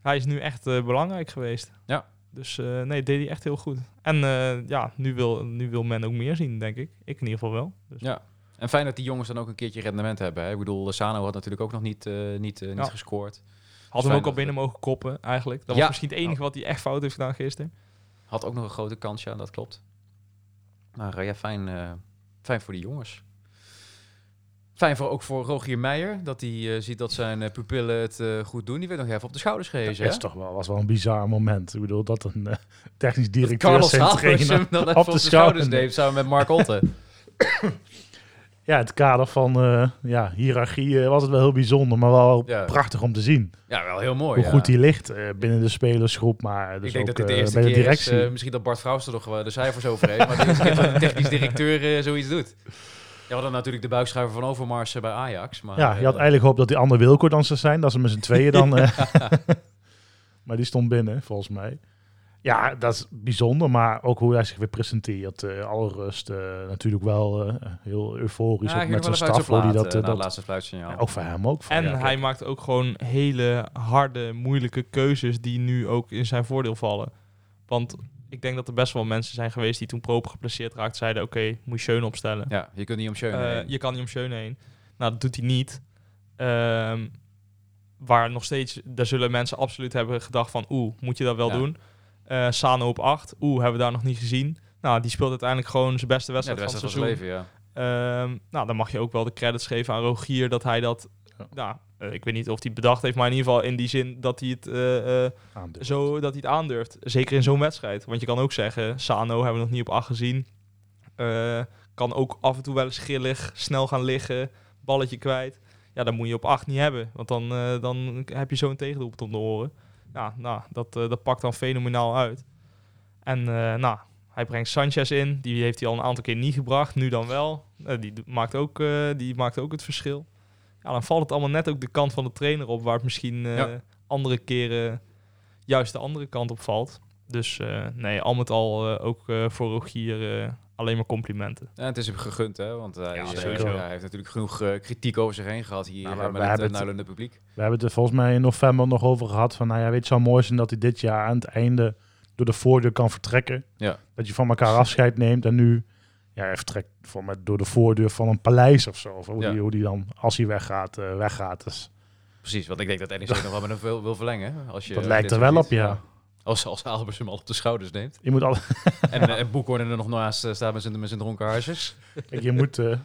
[SPEAKER 5] hij is nu echt eh, belangrijk geweest.
[SPEAKER 2] Ja.
[SPEAKER 5] Dus eh, nee, deed hij echt heel goed. En eh, ja, nu wil, nu wil men ook meer zien, denk ik. Ik in ieder geval wel. Dus,
[SPEAKER 2] Ja. En fijn dat die jongens dan ook een keertje rendement hebben. Hè? Ik bedoel, eh, Sano had natuurlijk ook nog niet, eh, niet, eh, niet
[SPEAKER 5] Ja.
[SPEAKER 2] gescoord.
[SPEAKER 5] Had hem
[SPEAKER 2] Fijn
[SPEAKER 5] ook al
[SPEAKER 2] dat-
[SPEAKER 5] binnen mogen koppen, eigenlijk. Dat
[SPEAKER 2] Ja.
[SPEAKER 5] was misschien het enige wat hij echt fout heeft gedaan gisteren.
[SPEAKER 2] Had ook nog een grote kans, ja, dat klopt. Maar eh, ja, fijn, eh, fijn voor die jongens. Fijn voor, ook voor Rogier Meijer, dat hij eh, ziet dat zijn eh, pupillen het eh, goed doen. Die werd nog even op de schouders
[SPEAKER 4] dat
[SPEAKER 2] gehezen.
[SPEAKER 4] is
[SPEAKER 2] hè?
[SPEAKER 4] toch wel, was wel een bizar moment. Ik bedoel, dat een eh, technisch directeur
[SPEAKER 2] Carlos
[SPEAKER 4] zijn
[SPEAKER 2] Halvers
[SPEAKER 4] trainer
[SPEAKER 2] hem dan even
[SPEAKER 4] eh, op de schouders
[SPEAKER 2] neemt, samen met Mark Otte.
[SPEAKER 4] Ja, het kader van eh, ja, hiërarchie eh, was het wel heel bijzonder, maar wel
[SPEAKER 2] Ja.
[SPEAKER 4] prachtig om te zien.
[SPEAKER 2] ja, wel heel mooi.
[SPEAKER 4] hoe
[SPEAKER 2] ja.
[SPEAKER 4] goed die ligt eh, binnen de spelersgroep, maar dus
[SPEAKER 2] ik denk
[SPEAKER 4] ook
[SPEAKER 2] dat dit de
[SPEAKER 4] eh,
[SPEAKER 2] eerste
[SPEAKER 4] bij de
[SPEAKER 2] keer
[SPEAKER 4] directie.
[SPEAKER 2] is, eh, misschien dat Bart Vrouwster nog wel de cijfers over heeft, maar de eerste keer dat de technisch directeur eh, zoiets doet. Ja, we hadden natuurlijk de buikschuiver van Overmars eh, bij Ajax. Maar,
[SPEAKER 4] ja,
[SPEAKER 2] eh,
[SPEAKER 4] je had eigenlijk gehoopt dat die andere Wilco dan zou zijn, dat ze met z'n tweeën dan... eh, maar die stond binnen, volgens mij. Ja, dat is bijzonder, maar ook hoe hij zich weer presenteert. eh alle rust, eh, natuurlijk wel eh, heel euforisch,
[SPEAKER 2] ja,
[SPEAKER 4] ook
[SPEAKER 2] ik
[SPEAKER 4] met
[SPEAKER 2] ging
[SPEAKER 4] zijn
[SPEAKER 2] nog wel even uit plaat,
[SPEAKER 4] staf. Hoe die
[SPEAKER 2] eh,
[SPEAKER 4] dat, eh,
[SPEAKER 2] na het
[SPEAKER 4] dat,
[SPEAKER 2] laatste fluitsignaal.
[SPEAKER 4] ja, ook voor hem, ook voor
[SPEAKER 5] En
[SPEAKER 4] ja,
[SPEAKER 5] hij maakt ook gewoon hele harde, moeilijke keuzes die nu ook in zijn voordeel vallen. Want ik denk dat er best wel mensen zijn geweest die toen Proper geplaceerd raakte, zeiden oké, moet je Schöne opstellen.
[SPEAKER 2] Ja, je kunt niet om Schöne
[SPEAKER 5] Eh,
[SPEAKER 2] heen.
[SPEAKER 5] je kan niet om Schöne heen. Nou, dat doet hij niet. Ehm, waar nog steeds, daar zullen mensen absoluut hebben gedacht van oeh, moet je dat wel
[SPEAKER 2] Ja.
[SPEAKER 5] doen? Eh, Sano op 8, oeh, hebben we daar nog niet gezien. Nou, die speelt uiteindelijk gewoon zijn beste
[SPEAKER 2] Ja, de
[SPEAKER 5] wedstrijd van
[SPEAKER 2] rest
[SPEAKER 5] het
[SPEAKER 2] van zijn
[SPEAKER 5] seizoen.
[SPEAKER 2] leven, ja.
[SPEAKER 5] Ehm, nou, dan mag je ook wel de credits geven aan Rogier dat hij dat.
[SPEAKER 4] Ja.
[SPEAKER 5] Nou, eh, ik weet niet of hij het bedacht heeft, maar in ieder geval in die zin dat hij het, eh, eh,
[SPEAKER 4] aandurft.
[SPEAKER 5] zo, dat hij het aandurft. Zeker in zo'n wedstrijd. Want je kan ook zeggen: Sano hebben we nog niet op 8 gezien. Eh, kan ook af en toe wel eens grillig, snel gaan liggen, balletje kwijt. Ja, dan moet je op 8 niet hebben, want dan, eh, dan heb je zo'n tegendoelpunt om te horen. Ja, nou, dat, eh, dat pakt dan fenomenaal uit. En eh, nou, hij brengt Sanchez in. Die heeft hij al een aantal keer niet gebracht. Nu dan wel. Eh, die, do- maakt ook, eh, die maakt ook het verschil. Ja, dan valt het allemaal net ook de kant van de trainer op. Waar het misschien eh,
[SPEAKER 2] Ja.
[SPEAKER 5] andere keren juist de andere kant op valt. Dus eh, nee, al met al eh, ook eh, voor Rogier eh, alleen maar complimenten.
[SPEAKER 2] En het is hem gegund, hè, want hij,
[SPEAKER 5] Ja,
[SPEAKER 2] is, eh,
[SPEAKER 4] sowieso.
[SPEAKER 2] hij heeft natuurlijk genoeg eh, kritiek over zich heen gehad hier
[SPEAKER 4] Nou,
[SPEAKER 2] eh,
[SPEAKER 4] maar
[SPEAKER 2] met het eh,
[SPEAKER 4] we hebben het-
[SPEAKER 2] nuilende publiek.
[SPEAKER 4] We hebben het er volgens mij in november nog over gehad. Van, nou ja, weet je, het zou mooi zijn dat hij dit jaar aan het einde door de voordeur kan vertrekken.
[SPEAKER 2] Ja.
[SPEAKER 4] Dat je van elkaar afscheid neemt en nu ja, hij vertrekt voor mij door de voordeur van een paleis of zo. Of hoe,
[SPEAKER 2] Ja.
[SPEAKER 4] die, hoe die dan, als hij weggaat, eh, weggaat. Dus
[SPEAKER 2] Precies, want ik denk dat NEC nog wel met hem wil, wil verlengen. hè, Als je
[SPEAKER 4] dat
[SPEAKER 2] eh,
[SPEAKER 4] lijkt
[SPEAKER 2] dit
[SPEAKER 4] er
[SPEAKER 2] zo
[SPEAKER 4] wel
[SPEAKER 2] ziet.
[SPEAKER 4] op, ja.
[SPEAKER 2] Als, als Albers hem al op de schouders neemt.
[SPEAKER 4] Je moet, al,
[SPEAKER 2] En, eh, en Boekhorn er nog naast eh, staat met zijn, met zijn dronken haarsjes.
[SPEAKER 4] kijk, je moet, eh,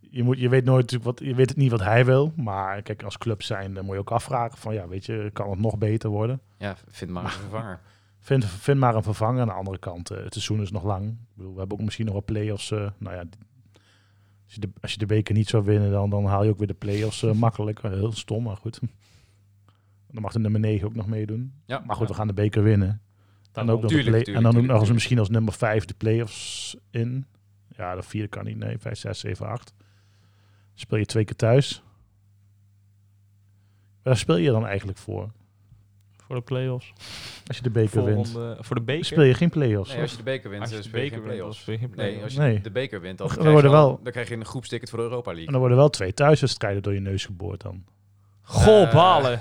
[SPEAKER 4] je, moet, je, weet nooit wat, je weet niet wat hij wil. Maar kijk, als club zijn, dan moet je ook afvragen van ja, weet je, kan het nog beter worden?
[SPEAKER 2] Ja, vind maar een vervanger.
[SPEAKER 4] Vind, vind maar een vervanger. Aan de andere kant, eh, het seizoen is nog lang. Ik bedoel, we hebben ook misschien nog wat play-offs. eh, nou ja, als je, de, als je de beker niet zou winnen, dan, dan haal je ook weer de play-offs eh, makkelijk. Eh, heel stom, maar goed. Dan mag de nummer 9 ook nog meedoen.
[SPEAKER 2] Ja,
[SPEAKER 4] Maar goed,
[SPEAKER 2] ja.
[SPEAKER 4] we gaan de beker winnen. En, ook nog de
[SPEAKER 2] Tuurlijk,
[SPEAKER 4] play-
[SPEAKER 2] tuurlijk,
[SPEAKER 4] en dan ook
[SPEAKER 2] tuurlijk,
[SPEAKER 4] nog eens
[SPEAKER 2] tuurlijk.
[SPEAKER 4] misschien als nummer 5 de play-offs in. Ja, de vierde kan niet. Nee, 5, 6, 7, 8. Speel je twee keer thuis. Waar speel je dan eigenlijk voor?
[SPEAKER 5] Voor de play-offs.
[SPEAKER 4] Als je de beker wint.
[SPEAKER 5] Voorronde- voor de beker.
[SPEAKER 4] Speel je geen play-offs?
[SPEAKER 2] Nee, als je de beker wint,
[SPEAKER 5] Als je
[SPEAKER 2] eh,
[SPEAKER 5] de
[SPEAKER 2] speel je
[SPEAKER 5] beker
[SPEAKER 2] geen
[SPEAKER 5] wint, dan
[SPEAKER 2] play-offs.
[SPEAKER 5] speel je geen
[SPEAKER 2] Nee, als je
[SPEAKER 4] Nee.
[SPEAKER 2] de beker wint, dan,
[SPEAKER 4] We
[SPEAKER 2] krijg je,
[SPEAKER 4] worden
[SPEAKER 2] al-
[SPEAKER 4] wel- Nou,
[SPEAKER 2] dan krijg je een groepsticket voor de Europa
[SPEAKER 4] en
[SPEAKER 2] League.
[SPEAKER 4] dan worden wel twee thuiswedstrijden door je neus geboord dan.
[SPEAKER 5] Goh,
[SPEAKER 2] Eh.
[SPEAKER 5] balen.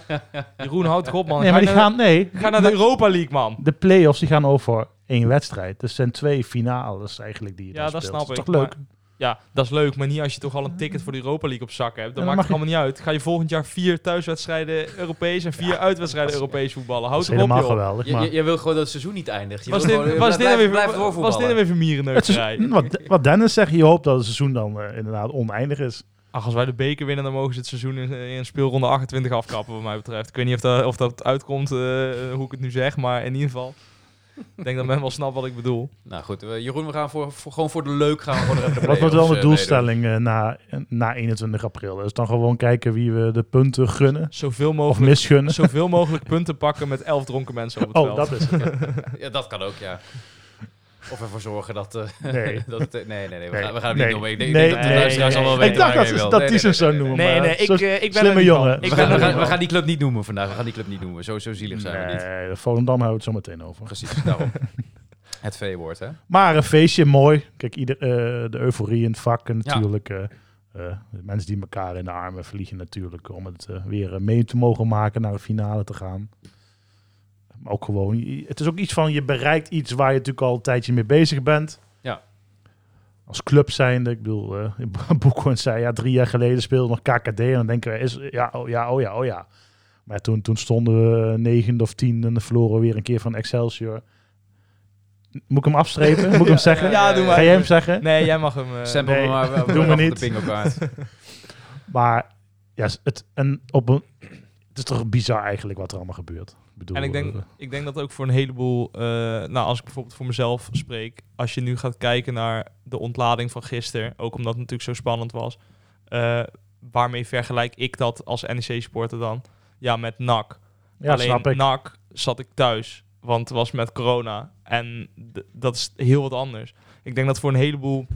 [SPEAKER 5] Jeroen, houd toch op, man.
[SPEAKER 4] Nee, maar die gaan... Nee,
[SPEAKER 5] Ga Oh, naar de Europa League, man.
[SPEAKER 4] de play-offs die gaan over één wedstrijd. Dus zijn twee finales eigenlijk die je
[SPEAKER 5] Ja,
[SPEAKER 4] dan
[SPEAKER 5] dat
[SPEAKER 4] speelt.
[SPEAKER 5] snap
[SPEAKER 4] is
[SPEAKER 5] ik,
[SPEAKER 4] toch leuk?
[SPEAKER 5] Ja, dat is leuk, maar niet als je toch al een ticket voor de Europa League op zak hebt. Dan
[SPEAKER 4] Ja, dan
[SPEAKER 5] maakt het
[SPEAKER 4] mag
[SPEAKER 5] allemaal niet uit. Ga je volgend jaar vier thuiswedstrijden Europees en vier uitwedstrijden Europees voetballen.
[SPEAKER 4] Dat
[SPEAKER 5] Houd
[SPEAKER 4] is
[SPEAKER 5] toch op,
[SPEAKER 4] helemaal
[SPEAKER 5] joh.
[SPEAKER 4] geweldig.
[SPEAKER 2] Je,
[SPEAKER 4] Maar
[SPEAKER 2] je, je wil gewoon dat het seizoen niet eindigt. Je
[SPEAKER 5] Was
[SPEAKER 2] wil
[SPEAKER 5] dit,
[SPEAKER 2] gewoon,
[SPEAKER 5] was, dit
[SPEAKER 2] blijf,
[SPEAKER 5] nou weer,
[SPEAKER 2] blijf
[SPEAKER 5] was dit nou
[SPEAKER 2] doorvoetballen.
[SPEAKER 5] weer
[SPEAKER 4] het is, Mm,
[SPEAKER 5] vermierenneukerij?
[SPEAKER 4] wat, wat Dennis zegt, je hoopt dat het seizoen dan eh, inderdaad oneindig is.
[SPEAKER 5] Ach, als wij de beker winnen, dan mogen ze het seizoen in, eh, in speelronde 28 afkappen, wat mij betreft. Ik weet niet of dat, of dat uitkomt, eh, hoe ik het nu zeg, maar in ieder geval. Ik denk dat men wel snapt wat ik bedoel.
[SPEAKER 2] Nou goed, eh, Jeroen, we gaan voor, voor- gewoon voor de leuk gaan. we Gewoon er even de
[SPEAKER 4] Wat wordt
[SPEAKER 2] play-offs,
[SPEAKER 4] dan de
[SPEAKER 2] eh,
[SPEAKER 4] doelstelling eh, na, na 21 april? Dus dan gewoon kijken wie we de punten gunnen
[SPEAKER 5] Zoveel
[SPEAKER 4] of
[SPEAKER 5] mogelijk,
[SPEAKER 4] misgunnen.
[SPEAKER 5] zoveel mogelijk punten pakken met 11 dronken mensen op het
[SPEAKER 4] Oh,
[SPEAKER 5] veld.
[SPEAKER 4] dat is het.
[SPEAKER 2] meedoen. Ja, dat kan ook, ja. Of ervoor zorgen dat... eh,
[SPEAKER 4] Nee.
[SPEAKER 2] dat het, eh, nee, nee, nee. We
[SPEAKER 4] Nee,
[SPEAKER 2] gaan, we gaan hem
[SPEAKER 4] nee.
[SPEAKER 2] niet noemen. Ik denk, ik
[SPEAKER 4] Nee,
[SPEAKER 2] denk dat de
[SPEAKER 5] nee,
[SPEAKER 2] luisteraars
[SPEAKER 5] nee,
[SPEAKER 2] al wel
[SPEAKER 5] nee.
[SPEAKER 2] weten
[SPEAKER 4] Ik dacht
[SPEAKER 2] waar
[SPEAKER 4] dat
[SPEAKER 2] hij
[SPEAKER 4] ze-
[SPEAKER 2] wil.
[SPEAKER 4] dat
[SPEAKER 2] Nee,
[SPEAKER 4] die
[SPEAKER 2] nee,
[SPEAKER 4] ze
[SPEAKER 2] nee,
[SPEAKER 4] zou
[SPEAKER 2] nee, nee.
[SPEAKER 4] noemen.
[SPEAKER 5] Nee,
[SPEAKER 4] Maar
[SPEAKER 5] nee, ik,
[SPEAKER 4] zo-
[SPEAKER 5] eh, ik ben
[SPEAKER 4] slimme
[SPEAKER 5] er niet van.
[SPEAKER 4] jongen.
[SPEAKER 5] Ik
[SPEAKER 2] We
[SPEAKER 5] ben
[SPEAKER 2] gaan, we,
[SPEAKER 5] er
[SPEAKER 2] gaan,
[SPEAKER 5] niet
[SPEAKER 2] we
[SPEAKER 5] van.
[SPEAKER 2] gaan die club niet noemen vandaag. We gaan die club niet noemen. Zo, zo zielig zijn we niet.
[SPEAKER 4] Nee, Volendam houdt het zo meteen over.
[SPEAKER 2] Precies, daarom. Het V-woord, hè?
[SPEAKER 4] Maar een feestje, mooi. Kijk, ieder, eh, de euforie in het vak en natuurlijk. eh, eh, de mensen die elkaar in de armen vliegen natuurlijk. Om het eh, weer eh, mee te mogen maken naar de finale te gaan. Maar ook gewoon, i- het is ook iets van, je bereikt iets waar je natuurlijk al een tijdje mee bezig bent.
[SPEAKER 2] Ja.
[SPEAKER 4] Als club zijnde, ik bedoel, eh Boekhoorn zei ja, drie jaar geleden speelde nog KKD. En dan denken we, is, ja, oh ja, oh ja, oh ja. Maar toen, toen stonden we eh, negende of tien en dan verloren we weer een keer van Excelsior. Moet ik hem afstrepen? Moet ik hem zeggen?
[SPEAKER 5] Ja, doe maar.
[SPEAKER 4] Ga jij hem zeggen?
[SPEAKER 5] Nee, jij mag hem. eh,
[SPEAKER 2] Stempel
[SPEAKER 4] nee,
[SPEAKER 2] me maar we- we
[SPEAKER 4] doen we
[SPEAKER 2] af op
[SPEAKER 4] niet.
[SPEAKER 2] de bingo-kaart.
[SPEAKER 4] Maar ja, het, en op een, het is toch bizar eigenlijk wat er allemaal gebeurt. Ik bedoel,
[SPEAKER 5] En ik denk,
[SPEAKER 4] eh,
[SPEAKER 5] ik denk dat ook voor een heleboel... eh, nou, als ik bijvoorbeeld voor mezelf spreek... Als je nu gaat kijken naar de ontlading van gisteren... Ook omdat het natuurlijk zo spannend was... eh, waarmee vergelijk ik dat als NEC-supporter dan? Ja, met NAC.
[SPEAKER 4] ja,
[SPEAKER 5] Alleen
[SPEAKER 4] snap ik.
[SPEAKER 5] NAC zat ik thuis. Want het was met corona. En d- dat is heel wat anders. Ik denk dat voor een heleboel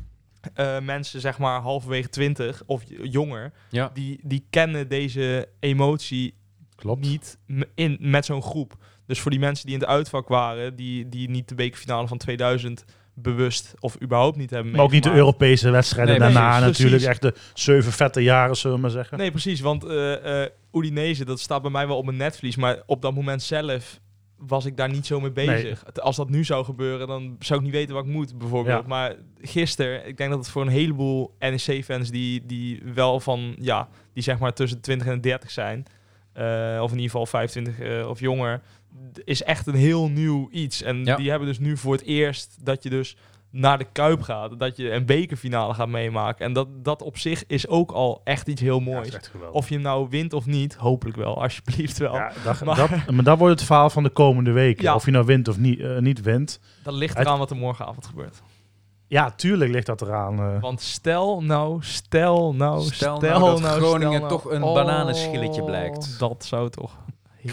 [SPEAKER 5] eh, mensen, zeg maar halverwege 20 of j- jonger...
[SPEAKER 2] Ja.
[SPEAKER 5] Die, die kennen deze emotie
[SPEAKER 4] Klopt.
[SPEAKER 5] niet m- in, met zo'n groep. Dus voor die mensen die in het uitvak waren, die, die niet de bekerfinale van 2000 bewust of überhaupt niet hebben
[SPEAKER 4] Maar ook niet de
[SPEAKER 5] meegemaakt.
[SPEAKER 4] Europese wedstrijden
[SPEAKER 2] Nee,
[SPEAKER 4] daarna
[SPEAKER 5] precies,
[SPEAKER 4] natuurlijk.
[SPEAKER 5] precies.
[SPEAKER 4] Echt de zeven vette jaren, zullen we maar zeggen.
[SPEAKER 5] Nee, precies, want eh eh Udinese, dat staat bij mij wel op mijn netvlies, maar op dat moment zelf was ik daar niet zo mee bezig. Het- Als dat nu zou gebeuren, dan zou ik niet weten wat ik moet, bijvoorbeeld.
[SPEAKER 4] Ja.
[SPEAKER 5] Maar gisteren, ik denk dat het voor een heleboel NEC-fans die, die wel van, ja, die zeg maar tussen de 20 en de 30 zijn, eh, of in ieder geval 25 eh, of jonger, d- is echt een heel nieuw iets. En
[SPEAKER 2] Ja.
[SPEAKER 5] die hebben dus nu voor het eerst dat je dus naar de Kuip gaat, dat je een bekerfinale gaat meemaken. En dat, dat op zich is ook al echt iets heel
[SPEAKER 4] Ja, dat
[SPEAKER 5] moois.
[SPEAKER 4] is echt geweldig.
[SPEAKER 5] Of je hem nou wint of niet, hopelijk wel, alsjeblieft wel.
[SPEAKER 4] Ja, dat,
[SPEAKER 5] Maar-
[SPEAKER 4] dat, maar dat wordt het verhaal van de komende weken.
[SPEAKER 5] Ja.
[SPEAKER 4] Of je nou wint of niet, eh, niet wint.
[SPEAKER 5] Dat ligt
[SPEAKER 4] Het-
[SPEAKER 5] eraan wat er morgenavond gebeurt.
[SPEAKER 4] Ja, tuurlijk ligt dat eraan. eh.
[SPEAKER 5] Want stel nou, stel nou,
[SPEAKER 2] Stel
[SPEAKER 5] stel,
[SPEAKER 2] nou dat
[SPEAKER 5] nou,
[SPEAKER 2] Groningen
[SPEAKER 5] stel nou.
[SPEAKER 2] toch een
[SPEAKER 5] Oh,
[SPEAKER 2] bananenschilletje blijkt.
[SPEAKER 5] Dat zou toch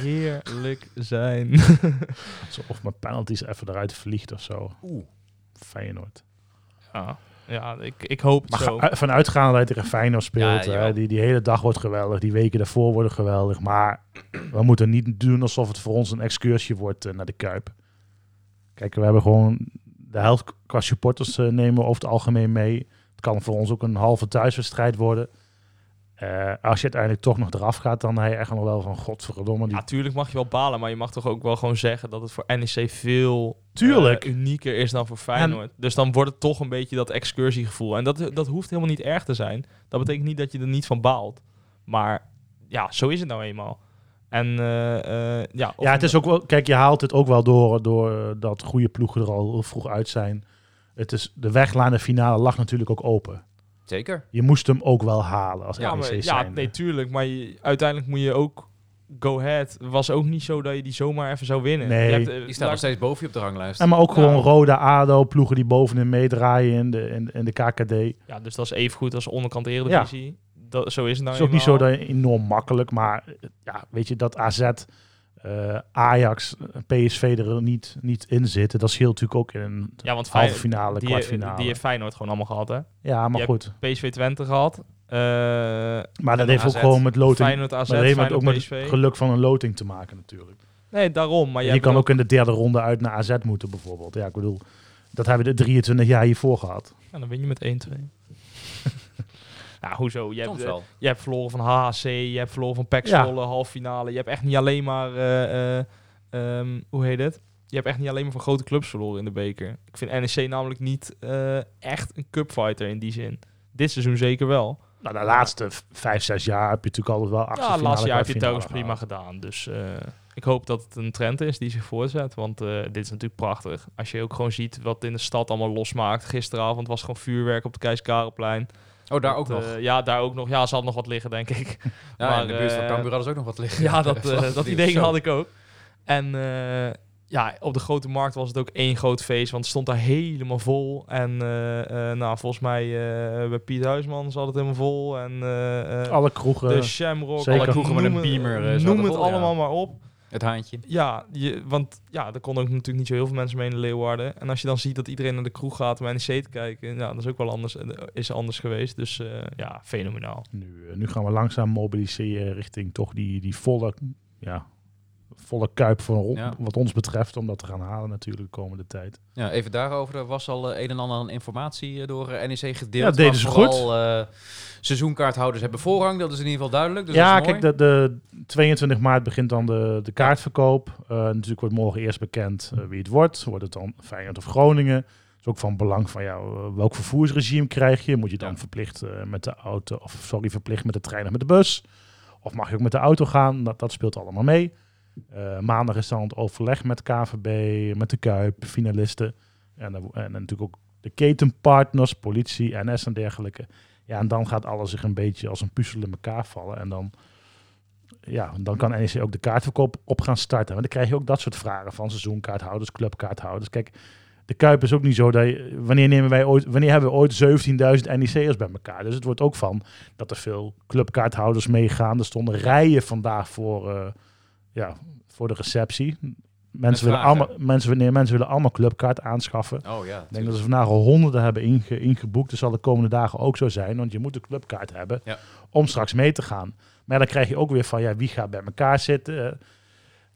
[SPEAKER 5] heerlijk zijn.
[SPEAKER 4] Zo, Of mijn penalties even eruit vliegt of zo.
[SPEAKER 2] Oeh.
[SPEAKER 4] Feyenoord.
[SPEAKER 2] Ah.
[SPEAKER 5] ja, ja ik, ik hoop het
[SPEAKER 4] Maar
[SPEAKER 5] zo.
[SPEAKER 4] ga- vanuitgaande dat hij tegen Feyenoord
[SPEAKER 2] Ja,
[SPEAKER 4] speelt. hè,
[SPEAKER 2] jawel.
[SPEAKER 4] die, die hele dag wordt geweldig. Die weken daarvoor worden geweldig. Maar we moeten niet doen alsof het voor ons een excursie wordt eh, naar de Kuip. Kijk, we hebben gewoon de helft qua supporters eh, nemen we over het algemeen mee. Het kan voor ons ook een halve thuiswedstrijd worden. Eh, als je uiteindelijk toch nog eraf gaat, dan heb je echt nog wel van godverdomme. Die...
[SPEAKER 5] Natuurlijk mag je wel balen, maar je mag toch ook wel gewoon zeggen dat het voor NEC veel
[SPEAKER 4] Tuurlijk.
[SPEAKER 5] eh, unieker is dan voor Feyenoord. Dus dan wordt het toch een beetje dat excursiegevoel. En dat, dat hoeft helemaal niet erg te zijn. Dat betekent niet dat je er niet van baalt. Maar ja, zo is het nou eenmaal. En eh, eh, ja, of-
[SPEAKER 4] Ja, het is ook wel. Kijk, je haalt het ook wel door, door eh, dat goede ploegen er al vroeg uit zijn. Het is, de weg naar de finale lag natuurlijk ook open.
[SPEAKER 2] Zeker.
[SPEAKER 4] Je moest hem ook wel halen als
[SPEAKER 5] Ja,
[SPEAKER 4] NEC
[SPEAKER 5] maar, ja
[SPEAKER 4] zijnde.
[SPEAKER 5] nee, tuurlijk. Maar je- uiteindelijk moet je ook... Go Ahead was ook niet zo dat je die zomaar even zou winnen.
[SPEAKER 4] Nee.
[SPEAKER 5] Je hebt, eh,
[SPEAKER 2] Die staat nog
[SPEAKER 5] laat-
[SPEAKER 2] steeds boven je op de ranglijst.
[SPEAKER 4] En maar ook gewoon
[SPEAKER 5] Ja.
[SPEAKER 4] Roda, ADO, ploegen die bovenin meedraaien in de, in, in de KKD. Het
[SPEAKER 5] ja, dus dat is even goed als onderkant Eredivisie. Dat, zo is het nou
[SPEAKER 4] is ook niet zo
[SPEAKER 5] eenmaal.
[SPEAKER 4] dat je enorm makkelijk, maar eh, ja, weet je, dat AZ, eh, Ajax, eh, PSV er niet, niet in zitten, dat scheelt natuurlijk ook in een
[SPEAKER 5] Ja,
[SPEAKER 4] halve
[SPEAKER 5] want Feyenoord,
[SPEAKER 4] finale,
[SPEAKER 5] die,
[SPEAKER 4] kwartfinale.
[SPEAKER 5] die heeft Feyenoord gewoon allemaal gehad, hè?
[SPEAKER 4] ja, maar
[SPEAKER 5] je
[SPEAKER 4] goed.
[SPEAKER 5] PSV Twente gehad. eh
[SPEAKER 4] Maar dat
[SPEAKER 2] En
[SPEAKER 4] heeft ook
[SPEAKER 2] AZ,
[SPEAKER 4] gewoon met loting,
[SPEAKER 5] Feyenoord AZ,
[SPEAKER 4] maar dat heeft met-
[SPEAKER 5] Feyenoord
[SPEAKER 4] ook met
[SPEAKER 5] PSV.
[SPEAKER 4] het geluk van een loting te maken natuurlijk.
[SPEAKER 5] nee, daarom. Maar
[SPEAKER 4] En
[SPEAKER 5] jij
[SPEAKER 4] je kan
[SPEAKER 5] hebt
[SPEAKER 4] ook in de derde ronde uit naar AZ moeten bijvoorbeeld. Ja, ik bedoel, dat hebben we de 23 jaar hiervoor gehad.
[SPEAKER 5] Ja, dan win je met 1-2. nou, hoezo? Je hebt,
[SPEAKER 2] Soms
[SPEAKER 5] eh,
[SPEAKER 2] wel.
[SPEAKER 5] je hebt verloren van HHC, je hebt verloren van PEC Zwolle, halve finale. Je hebt echt niet alleen maar, eh, eh, ehm, hoe heet het? Je hebt echt niet alleen maar van grote clubs verloren in de beker. Ik vind NEC namelijk niet eh, echt een cupfighter in die zin. Dit seizoen zeker wel.
[SPEAKER 4] Nou, de laatste v- vijf, zes jaar heb je natuurlijk altijd wel acht
[SPEAKER 5] Ja, laatste jaar heb je het telkens prima gedaan. Dus eh, ik hoop dat het een trend is die zich voortzet. Want eh, dit is natuurlijk prachtig. Als je ook gewoon ziet wat in de stad allemaal losmaakt. Gisteravond was gewoon vuurwerk op de Keiskarelplein.
[SPEAKER 2] Oh, daar ook
[SPEAKER 5] Dat,
[SPEAKER 2] nog.
[SPEAKER 5] eh, ja, daar ook nog. Ja, er zal nog wat liggen, denk ik.
[SPEAKER 2] Ja,
[SPEAKER 5] maar,
[SPEAKER 2] in de buurt van
[SPEAKER 5] eh,
[SPEAKER 2] Cambuur hadden ze ook nog wat liggen.
[SPEAKER 5] ja, dat, eh, dat idee
[SPEAKER 2] Zo.
[SPEAKER 5] had ik ook. En eh, ja, op de Grote Markt was het ook één groot feest. Want het stond daar helemaal vol. En eh, eh, nou, volgens mij eh, bij Piet Huisman zat het helemaal vol. En eh, eh,
[SPEAKER 4] Alle kroegen.
[SPEAKER 5] de Shamrock.
[SPEAKER 4] zeker.
[SPEAKER 5] alle
[SPEAKER 2] Kroegen met een
[SPEAKER 5] noem het-
[SPEAKER 2] beamer, eh, zaten
[SPEAKER 5] Noem het
[SPEAKER 2] vol, ja.
[SPEAKER 5] allemaal maar op.
[SPEAKER 2] Het haantje.
[SPEAKER 5] Ja, je, want ja, er konden ook natuurlijk niet zo heel veel mensen mee in de Leeuwarden. En als je dan ziet dat iedereen naar de kroeg gaat om NEC te kijken, ja, dat is ook wel anders, eh, is anders geweest. Dus eh, ja, fenomenaal.
[SPEAKER 4] Nu, eh, nu gaan we langzaam mobiliseren richting toch die, die volle, ja, volle kuip van Ro-
[SPEAKER 2] Ja.
[SPEAKER 4] wat ons betreft. Om dat te gaan halen natuurlijk de komende tijd.
[SPEAKER 2] Ja, even daarover. Er was al eh, een en ander aan informatie eh, door eh, NEC gedeeld.
[SPEAKER 4] Ja, deden
[SPEAKER 2] maar
[SPEAKER 4] ze
[SPEAKER 2] vooral, eh, seizoenkaarthouders hebben voorrang. Dat is in ieder geval duidelijk. Dus
[SPEAKER 4] ja,
[SPEAKER 2] dat is mooi.
[SPEAKER 4] kijk, de, de 22 maart begint dan de, de kaartverkoop. Eh, natuurlijk wordt morgen eerst bekend eh, wie het wordt. Wordt het dan Feyenoord of Groningen? Het is ook van belang van ja, eh, welk vervoersregime krijg je? Moet je dan
[SPEAKER 2] Ja.
[SPEAKER 4] verplicht eh, met de auto, of sorry, verplicht met de trein of met de bus? Of mag je ook met de auto gaan? Dat, dat speelt allemaal mee. Eh, maandag is dan het overleg met KVB, met de Kuip, finalisten. En, dan- en natuurlijk ook de ketenpartners, politie, NS en dergelijke. Ja, en dan gaat alles zich een beetje als een puzzel in elkaar vallen. En dan, ja, dan kan NEC ook de kaartverkoop op gaan starten. Maar dan krijg je ook dat soort vragen van seizoenkaarthouders, clubkaarthouders. Kijk, de Kuip is ook niet zo dat je, wanneer, nemen wij ooit, wanneer hebben we ooit 17.000 NEC'ers bij elkaar? Dus het wordt ook van dat er veel clubkaarthouders meegaan. Er stonden rijen vandaag voor, eh, ja, voor de receptie. Mensen willen,
[SPEAKER 2] vragen.
[SPEAKER 4] allemaal, mensen, nee, mensen willen allemaal clubkaart aanschaffen.
[SPEAKER 2] Oh ja.
[SPEAKER 4] Ik denk dat ze vandaag al honderden hebben inge- ingeboekt. Dat zal de komende dagen ook zo zijn. Want je moet een clubkaart hebben
[SPEAKER 2] Ja.
[SPEAKER 4] om straks mee te gaan. Maar ja, dan krijg je ook weer van, ja, wie gaat bij elkaar zitten? Eh,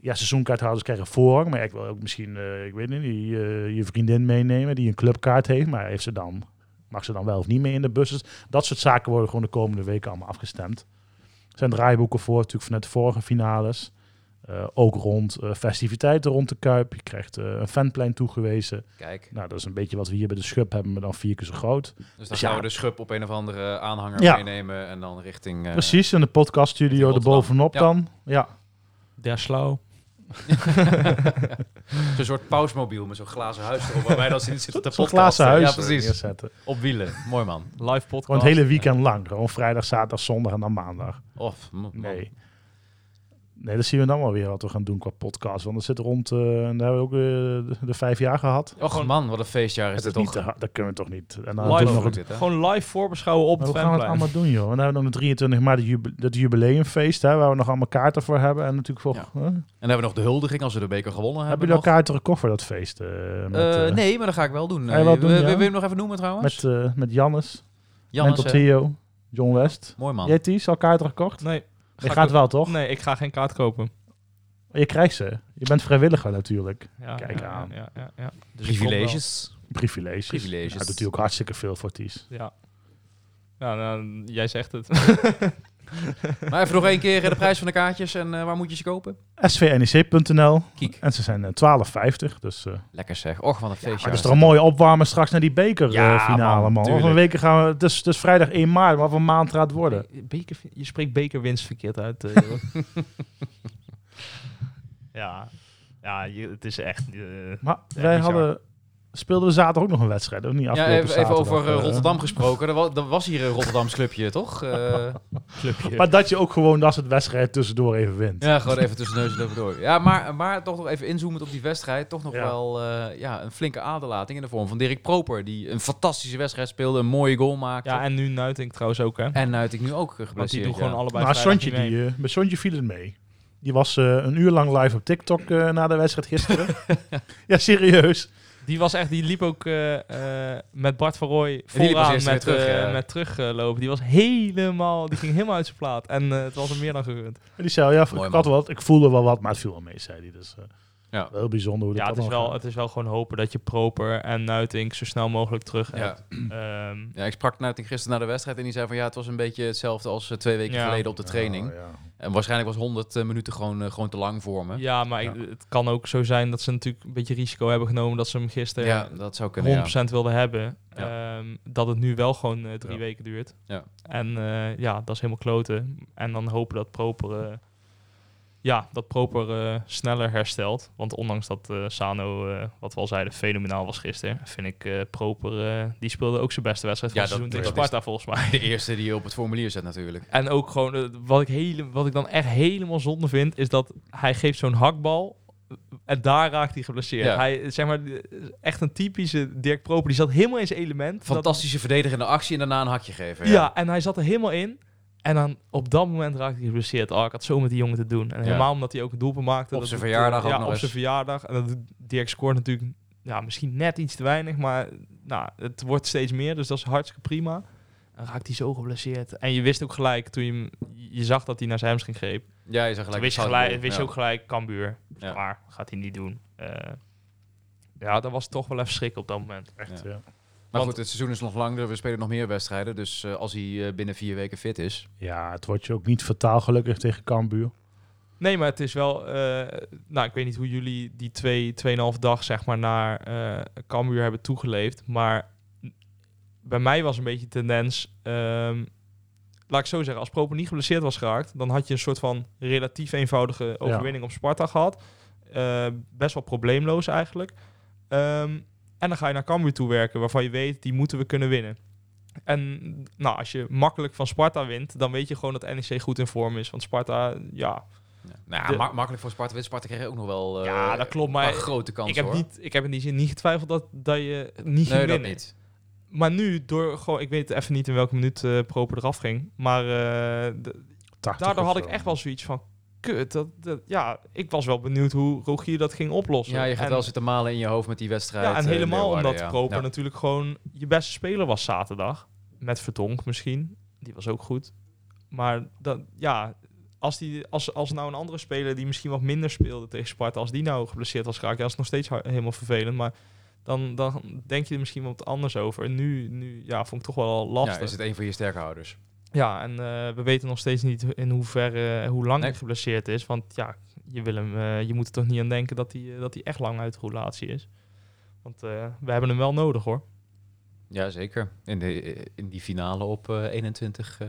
[SPEAKER 4] Ja, seizoenkaarthouders krijgen voorrang. Maar ik wil ook misschien, eh, ik weet niet, die, eh, je vriendin meenemen die een clubkaart heeft. Maar heeft ze dan, mag ze dan wel of niet mee in de bussen? Dat soort zaken worden gewoon de komende weken allemaal afgestemd. Er zijn draaiboeken voor, natuurlijk vanuit de vorige finales. Eh, ook rond eh, festiviteiten rond de Kuip. Je krijgt eh, een fanplein toegewezen.
[SPEAKER 2] Kijk,
[SPEAKER 4] Nou, dat is een beetje wat we hier bij de schub hebben, maar dan vier keer zo groot.
[SPEAKER 2] dus dan
[SPEAKER 4] Dus
[SPEAKER 2] gaan
[SPEAKER 4] ja.
[SPEAKER 2] we de schub op een of andere aanhanger
[SPEAKER 4] Ja.
[SPEAKER 2] meenemen. En dan richting... eh,
[SPEAKER 4] Precies, en de
[SPEAKER 2] in
[SPEAKER 4] podcaststudio
[SPEAKER 2] Rotterdam.
[SPEAKER 4] erbovenop
[SPEAKER 2] Ja.
[SPEAKER 4] dan. Ja,
[SPEAKER 5] Der Slauw.
[SPEAKER 2] Zo'n soort pausmobiel met zo'n glazen huis erop. Waar wij dan zitten zitten te
[SPEAKER 4] zo'n
[SPEAKER 2] podcasten.
[SPEAKER 4] glazen huis
[SPEAKER 2] Ja, precies.
[SPEAKER 4] neerzetten.
[SPEAKER 2] Op wielen. Mooi man.
[SPEAKER 5] Live podcast.
[SPEAKER 4] Gewoon het hele weekend lang. Gewoon vrijdag, zaterdag, zondag en dan maandag.
[SPEAKER 2] Of, m- man.
[SPEAKER 4] Nee. Nee, dat zien we dan wel weer wat we gaan doen qua podcast. Want er zit rond, eh, en daar hebben we ook eh, de, de vijf jaar gehad.
[SPEAKER 2] Och man, wat een feestjaar is
[SPEAKER 4] Dat,
[SPEAKER 2] dit
[SPEAKER 4] is
[SPEAKER 2] toch.
[SPEAKER 4] niet te hard, dat kunnen we toch niet. En dan
[SPEAKER 5] Live
[SPEAKER 4] doen we nog
[SPEAKER 2] Ongelooflijk dit,
[SPEAKER 4] het,
[SPEAKER 2] hè?
[SPEAKER 5] Gewoon live voorbeschouwen op
[SPEAKER 4] maar
[SPEAKER 5] het
[SPEAKER 4] hoe gaan we het
[SPEAKER 5] fanplein.
[SPEAKER 4] allemaal doen, joh? En dan hebben we nog de 23 maart het jube- dat jubileumfeest, hè, waar we nog allemaal kaarten voor hebben. En natuurlijk voor...
[SPEAKER 2] Ja.
[SPEAKER 4] hè? Hebben
[SPEAKER 2] En dan hebben we nog de huldiging als we de beker gewonnen hebben.
[SPEAKER 4] jullie al
[SPEAKER 2] nog.
[SPEAKER 4] kaarten gekocht voor dat feest? eh, met,
[SPEAKER 2] Eh,
[SPEAKER 4] eh,
[SPEAKER 2] nee, maar dat ga ik wel doen.
[SPEAKER 4] Ga je wel
[SPEAKER 2] Eh,
[SPEAKER 4] doen,
[SPEAKER 2] we-
[SPEAKER 4] ja?
[SPEAKER 2] we- Wil je hem nog even noemen trouwens?
[SPEAKER 4] Met, eh met Jannes,
[SPEAKER 2] Jannes,
[SPEAKER 4] Mental
[SPEAKER 2] eh,
[SPEAKER 4] Trio, John West.
[SPEAKER 2] Mooi man.
[SPEAKER 4] Jetty, is al kaarten gekocht?
[SPEAKER 5] Nee,
[SPEAKER 4] Je
[SPEAKER 5] Ga ik
[SPEAKER 4] gaat
[SPEAKER 5] ook-
[SPEAKER 4] wel, toch?
[SPEAKER 5] nee, ik ga geen kaart kopen.
[SPEAKER 4] Je krijgt ze. Je bent vrijwilliger natuurlijk.
[SPEAKER 5] Ja,
[SPEAKER 4] Kijk
[SPEAKER 5] ja,
[SPEAKER 4] aan.
[SPEAKER 5] Ja, ja, ja. Dus ik kom
[SPEAKER 2] Privileges.
[SPEAKER 4] Privileges.
[SPEAKER 2] Privileges.
[SPEAKER 4] Nou, dat doet hij ook hartstikke veel voor Ties.
[SPEAKER 5] wel. Ja. Ja, nou, jij zegt het.
[SPEAKER 2] Maar even nog één keer eh, de prijs van de kaartjes en eh, waar moet je ze kopen?
[SPEAKER 4] E svnec.nl.
[SPEAKER 2] Kiek.
[SPEAKER 4] En ze zijn eh, 12,50. Dus eh,
[SPEAKER 2] Lekker zeg. Och, wat een feestje.
[SPEAKER 4] dat is toch een mooie opwarmen straks naar die
[SPEAKER 2] Ja,
[SPEAKER 4] bekerfinale, man.
[SPEAKER 2] man,
[SPEAKER 4] man. Over
[SPEAKER 2] tuurlijk.
[SPEAKER 4] een week gaan we... Dus, dus vrijdag 1 maart, wat voor een maand gaat het worden.
[SPEAKER 5] Beker, je spreekt bekerwinst verkeerd uit. eh, Jeroen. ja, ja je- het is eh, echt... eh,
[SPEAKER 4] Maar
[SPEAKER 5] Ja,
[SPEAKER 4] wij
[SPEAKER 5] bizar.
[SPEAKER 4] hadden speelden we zaterdag ook nog een wedstrijd. Of niet
[SPEAKER 2] Ja,
[SPEAKER 4] afgelopen
[SPEAKER 2] even, even
[SPEAKER 4] zaterdag,
[SPEAKER 2] over eh,
[SPEAKER 4] eh.
[SPEAKER 2] Rotterdam gesproken. Er was, er was hier een Rotterdams clubje, toch? Eh,
[SPEAKER 4] Maar dat je ook gewoon dat soort wedstrijden tussendoor even wint.
[SPEAKER 2] ja, gewoon even tussen neus en lippen door. Ja, maar, maar toch nog even inzoomend op die wedstrijd. Toch nog
[SPEAKER 4] Ja.
[SPEAKER 2] wel eh, ja, een flinke aderlating in de vorm van Dirk Proper. Die een fantastische wedstrijd speelde, een mooie goal maakte.
[SPEAKER 5] Ja, en nu Nuitink trouwens ook, hè.
[SPEAKER 2] en uit ik nu ook eh,
[SPEAKER 5] Want die
[SPEAKER 2] geblesseerd.
[SPEAKER 5] doen
[SPEAKER 2] ja.
[SPEAKER 5] gewoon allebei
[SPEAKER 4] maar
[SPEAKER 5] vrijdag
[SPEAKER 4] Sontje,
[SPEAKER 5] niet mee.
[SPEAKER 4] die, eh, met Sontje viel het mee. Die was eh, een uur lang live op TikTok eh, na de wedstrijd gisteren. ja, serieus.
[SPEAKER 5] Die was echt, die liep ook eh, eh, met Bart van Rooij
[SPEAKER 2] liep als
[SPEAKER 5] vooraan met,
[SPEAKER 2] eerste
[SPEAKER 5] terug,
[SPEAKER 2] weer terug, ja.
[SPEAKER 5] met teruglopen. Die was helemaal, die ging helemaal uit zijn plaat. En eh, het was hem meer dan gegund.
[SPEAKER 4] En die zei, ja,
[SPEAKER 2] Mooi,
[SPEAKER 4] ik, had wat, ik voelde wel wat, maar het viel wel mee, zei hij. Dus eh,
[SPEAKER 2] Ja.
[SPEAKER 4] wel heel bijzonder hoe dat
[SPEAKER 5] Ja, het is,
[SPEAKER 4] allemaal
[SPEAKER 5] wel,
[SPEAKER 4] gaat.
[SPEAKER 5] het is wel gewoon hopen dat je Proper en Nuitink zo snel mogelijk terug
[SPEAKER 2] Ja.
[SPEAKER 5] hebt. Ehm,
[SPEAKER 2] Ja, ik sprak Nuiting gisteren na de wedstrijd en die zei van ja, het was een beetje hetzelfde als eh, twee weken
[SPEAKER 5] Ja.
[SPEAKER 2] geleden op de training.
[SPEAKER 4] Ja, ja.
[SPEAKER 2] En waarschijnlijk was 100 eh, minuten gewoon, eh, gewoon te lang voor me. Ja,
[SPEAKER 5] ja, maar ik- het kan ook zo zijn dat ze natuurlijk een beetje risico hebben genomen dat ze hem gisteren
[SPEAKER 2] dat zou
[SPEAKER 5] 100%
[SPEAKER 2] kunnen. ja.
[SPEAKER 5] wilden hebben. Ehm, dat het nu wel gewoon eh, drie
[SPEAKER 4] Ja.
[SPEAKER 5] weken duurt.
[SPEAKER 2] Ja.
[SPEAKER 5] En eh, ja, dat is helemaal kloten. En dan hopen dat Proper, eh, ja, dat Proper eh, sneller herstelt. Want ondanks dat eh, Sano, eh, wat we al zeiden, fenomenaal was gisteren, vind ik eh, Proper, eh, die speelde ook zijn beste wedstrijd van
[SPEAKER 2] Ja,
[SPEAKER 5] het
[SPEAKER 2] dat-
[SPEAKER 5] seizoen tegen
[SPEAKER 2] dat is-
[SPEAKER 5] Sparta volgens mij.
[SPEAKER 2] De eerste die je op het formulier zet natuurlijk.
[SPEAKER 5] En ook gewoon, eh, wat, ik hele, wat ik dan echt helemaal zonde vind, is dat hij geeft zo'n hakbal eh, en daar raakt hij geblesseerd.
[SPEAKER 2] Ja.
[SPEAKER 5] Hij, eh, zeg maar, eh, echt een typische Dirk Proper, die zat helemaal in zijn element. Dat-
[SPEAKER 2] Fantastische verdedigende actie en daarna een hakje geven.
[SPEAKER 5] ja. en hij zat er helemaal in. En dan op dat moment raakte hij geblesseerd. Oh, ik had zo met die jongen te doen. En
[SPEAKER 2] Ja.
[SPEAKER 5] helemaal omdat hij ook een doelpunt maakte.
[SPEAKER 2] Op
[SPEAKER 5] dat
[SPEAKER 2] zijn
[SPEAKER 5] het,
[SPEAKER 2] verjaardag
[SPEAKER 5] eh,
[SPEAKER 2] ook
[SPEAKER 5] Ja,
[SPEAKER 2] nog
[SPEAKER 5] op
[SPEAKER 2] eens.
[SPEAKER 5] zijn verjaardag. En dat, Dirk scoort natuurlijk ja, misschien net iets te weinig. Maar nou, het wordt steeds meer. Dus dat is hartstikke prima. En raakt hij zo geblesseerd. En je wist ook gelijk, toen je, hem, je zag dat hij naar zijn hamstring greep.
[SPEAKER 2] Ja, je zag
[SPEAKER 5] Toen
[SPEAKER 2] gelijk.
[SPEAKER 5] wist je,
[SPEAKER 2] fout
[SPEAKER 5] gelijk,
[SPEAKER 2] doen.
[SPEAKER 5] wist
[SPEAKER 2] Ja.
[SPEAKER 5] je ook gelijk, Cambuur.
[SPEAKER 2] Ja.
[SPEAKER 5] Maar gaat hij niet doen. Eh, ja, dat was toch wel even schrik op dat moment.
[SPEAKER 4] Echt, ja.
[SPEAKER 2] Maar
[SPEAKER 5] want-
[SPEAKER 2] goed, het seizoen is nog langer. We spelen nog meer wedstrijden. Dus eh, als hij eh, binnen vier weken fit is.
[SPEAKER 4] Ja, het wordt je ook niet fataal gelukkig tegen Cambuur.
[SPEAKER 5] Nee, maar het is wel... eh, nou, ik weet niet hoe jullie die twee, tweeënhalf dag, zeg maar, naar eh Cambuur hebben toegeleefd. Maar bij mij was een beetje de tendens... ehm, laat ik zo zeggen, als Proper niet geblesseerd was geraakt... dan had je een soort van relatief eenvoudige overwinning op Sparta gehad. Eh, best wel probleemloos eigenlijk. Ehm, en dan ga je naar Cambuur toe werken, waarvan je weet... die moeten we kunnen winnen. En nou, als je makkelijk van Sparta wint... dan weet je gewoon dat NEC goed in vorm is. Want Sparta, ja,
[SPEAKER 2] Nou, ja,
[SPEAKER 5] De-
[SPEAKER 2] ma- makkelijk voor Sparta. Wit Sparta kreeg ook nog wel. eh,
[SPEAKER 5] Ja, dat klopt,
[SPEAKER 2] een
[SPEAKER 5] maar
[SPEAKER 2] paar grote kansen.
[SPEAKER 5] ik heb,
[SPEAKER 2] hoor.
[SPEAKER 5] niet, ik heb in die zin niet getwijfeld dat, dat je niet ging
[SPEAKER 2] Nee, dat
[SPEAKER 5] winnen.
[SPEAKER 2] niet.
[SPEAKER 5] Maar nu, door gewoon, ik weet even niet in welke minuut eh, Proper eraf ging. Maar eh, d-
[SPEAKER 4] 80
[SPEAKER 5] daardoor
[SPEAKER 4] of
[SPEAKER 5] had
[SPEAKER 4] zo.
[SPEAKER 5] ik echt wel zoiets van: kut. Dat, dat- ja, ik was wel benieuwd hoe Rogier dat ging oplossen.
[SPEAKER 2] Ja, je gaat
[SPEAKER 5] En-
[SPEAKER 2] wel zitten malen in je hoofd met die wedstrijd.
[SPEAKER 5] Ja, en
[SPEAKER 2] eh,
[SPEAKER 5] helemaal
[SPEAKER 2] Leeuwarden,
[SPEAKER 5] omdat
[SPEAKER 2] ja.
[SPEAKER 5] Proper
[SPEAKER 2] Ja.
[SPEAKER 5] natuurlijk gewoon je beste speler was zaterdag. Met Verdonk misschien. Die was ook goed. Maar dat, ja, als, die, als, als nou een andere speler die misschien wat minder speelde tegen Sparta, als die nou geblesseerd was geraakt, ja, dat is nog steeds har- helemaal vervelend. Maar dan, dan denk je er misschien wat anders over. En nu, nu ja, vond ik toch wel lastig.
[SPEAKER 2] Ja, is het een van je sterke houders?
[SPEAKER 5] Ja, en eh, we weten nog steeds niet in hoeverre, hoe lang
[SPEAKER 2] Nee.
[SPEAKER 5] hij geblesseerd is. Want ja, je, wil hem, eh, je moet er toch niet aan denken dat hij, eh, dat hij echt lang uit de relatie is. Want eh, we hebben hem wel nodig hoor.
[SPEAKER 2] Ja, zeker. In, de, eh, in die finale op eh, 21 eh,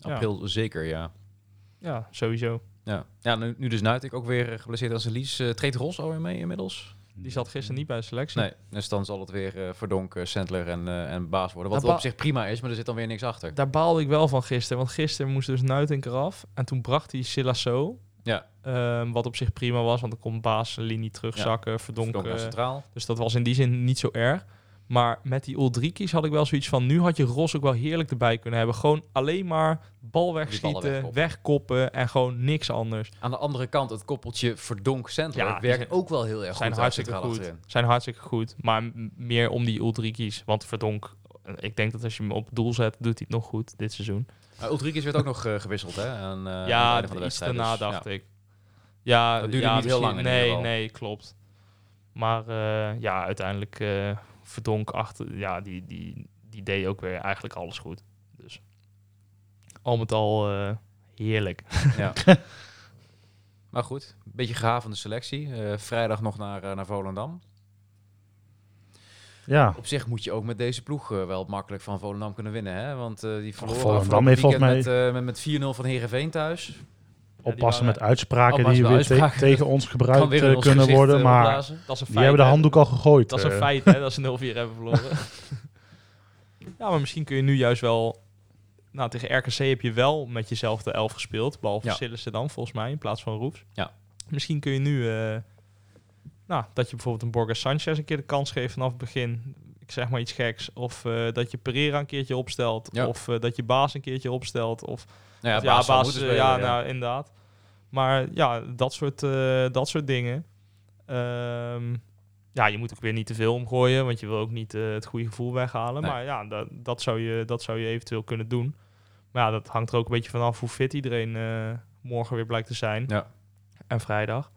[SPEAKER 2] april, zeker, ja.
[SPEAKER 5] Ja, sowieso.
[SPEAKER 2] Ja, ja nu, nu dus Nuit, ik ook weer eh, geblesseerd aan zijn lies. Eh, treedt Ros alweer mee inmiddels?
[SPEAKER 5] Die zat gisteren niet bij de selectie.
[SPEAKER 2] Nee, dus dan zal het weer eh Verdonk, eh, Sandler en, eh, en Baas worden. Wat
[SPEAKER 5] Nou, Ba-
[SPEAKER 2] op zich prima is, maar er zit dan weer niks achter.
[SPEAKER 5] Daar baalde ik wel van gisteren. Want gisteren moest dus Nuitink eraf. En toen bracht hij Silasso.
[SPEAKER 2] Ja.
[SPEAKER 5] Ehm, wat op zich prima was, want dan kon Baas zijn linie terugzakken, verdonken.
[SPEAKER 2] Verdonk naar centraal.
[SPEAKER 5] Dus dat was in die zin niet zo erg. Maar met die Uldrikis had ik wel zoiets van... nu had je Ros ook wel heerlijk erbij kunnen hebben. Gewoon alleen maar bal wegschieten,
[SPEAKER 2] wegkoppen.
[SPEAKER 5] wegkoppen. en gewoon niks anders.
[SPEAKER 2] Aan de andere kant, het koppeltje Verdonk-Sandler
[SPEAKER 5] Ja,
[SPEAKER 2] het
[SPEAKER 5] die
[SPEAKER 2] werkt
[SPEAKER 5] zijn-
[SPEAKER 2] ook wel heel erg
[SPEAKER 5] zijn
[SPEAKER 2] goed.
[SPEAKER 5] hartstikke
[SPEAKER 2] uit centraal
[SPEAKER 5] goed.
[SPEAKER 2] achterin.
[SPEAKER 5] Zijn hartstikke goed, maar m- meer om die Uldrikis. Want Verdonk, eh, ik denk dat als je hem op doel zet... doet hij het nog goed dit seizoen.
[SPEAKER 2] Maar Ulrikis werd ook nog eh, gewisseld, hè? Aan, eh, aan het
[SPEAKER 5] ja,
[SPEAKER 2] einde van de
[SPEAKER 5] iets
[SPEAKER 2] wedstrijd,
[SPEAKER 5] daarna
[SPEAKER 2] dus, ja.
[SPEAKER 5] dacht ik. Ja,
[SPEAKER 2] Dat duurde
[SPEAKER 5] ja,
[SPEAKER 2] niet heel
[SPEAKER 5] misschien-
[SPEAKER 2] lang in ieder
[SPEAKER 5] Nee,
[SPEAKER 2] geval.
[SPEAKER 5] nee, klopt. Maar eh, ja, uiteindelijk eh, verdonk achter. Ja, die, die, die deed ook weer eigenlijk alles goed. Dus al met al eh, heerlijk.
[SPEAKER 2] Ja. maar goed, een beetje gehavende selectie. Eh, vrijdag nog naar, eh, naar Volendam.
[SPEAKER 4] Ja.
[SPEAKER 2] Op zich moet je ook met deze ploeg eh, wel makkelijk van Volendam kunnen winnen. Hè? Want eh, die verloren
[SPEAKER 4] Volendam
[SPEAKER 2] afgelopen
[SPEAKER 4] heeft volgens
[SPEAKER 2] weekend met, eh, met, met 4-0 van Herenveen thuis.
[SPEAKER 4] oppassen
[SPEAKER 5] waren-
[SPEAKER 4] met uitspraken
[SPEAKER 2] Oppassen
[SPEAKER 4] die
[SPEAKER 2] met
[SPEAKER 4] weer
[SPEAKER 2] uitspraken.
[SPEAKER 4] te- tegen ons gebruikt
[SPEAKER 2] weer in
[SPEAKER 4] eh,
[SPEAKER 2] ons
[SPEAKER 4] kunnen
[SPEAKER 2] gezicht,
[SPEAKER 4] worden.
[SPEAKER 2] eh,
[SPEAKER 4] maar
[SPEAKER 2] opblazen.
[SPEAKER 5] Dat is
[SPEAKER 4] die
[SPEAKER 5] een feit.
[SPEAKER 4] hebben de
[SPEAKER 5] hè.
[SPEAKER 4] handdoek al gegooid.
[SPEAKER 5] Dat is
[SPEAKER 4] eh.
[SPEAKER 5] een feit, hè, dat ze 0-4 hebben verloren. ja, maar misschien kun je nu juist wel... Nou, tegen RKC heb je wel met jezelf de elf gespeeld. Behalve
[SPEAKER 2] Ja.
[SPEAKER 5] Sillissen dan, volgens mij, in plaats van Roefs.
[SPEAKER 2] Ja.
[SPEAKER 5] Misschien kun je nu... eh, nou, dat je bijvoorbeeld een Borges Sanchez een keer de kans geeft vanaf het begin. Ik zeg maar iets geks. Of eh, dat je Pereira een keertje opstelt.
[SPEAKER 2] Ja.
[SPEAKER 5] Of eh, dat je Baas een keertje opstelt. Of
[SPEAKER 2] Nou
[SPEAKER 5] ja,
[SPEAKER 2] ja, baas,
[SPEAKER 5] baas,
[SPEAKER 2] zal moeten
[SPEAKER 5] eh,
[SPEAKER 2] spelen,
[SPEAKER 5] ja,
[SPEAKER 2] ja.
[SPEAKER 5] nou inderdaad. Maar ja, dat soort, eh, dat soort dingen. Ehm, ja, je moet ook weer niet te veel omgooien, want je wil ook niet eh, het goede gevoel weghalen.
[SPEAKER 2] Nee.
[SPEAKER 5] Maar ja, dat, dat, zou je, dat zou je eventueel kunnen doen. Maar ja, dat hangt er ook een beetje vanaf hoe fit iedereen eh, morgen weer blijkt te zijn.
[SPEAKER 2] Ja.
[SPEAKER 5] En vrijdag.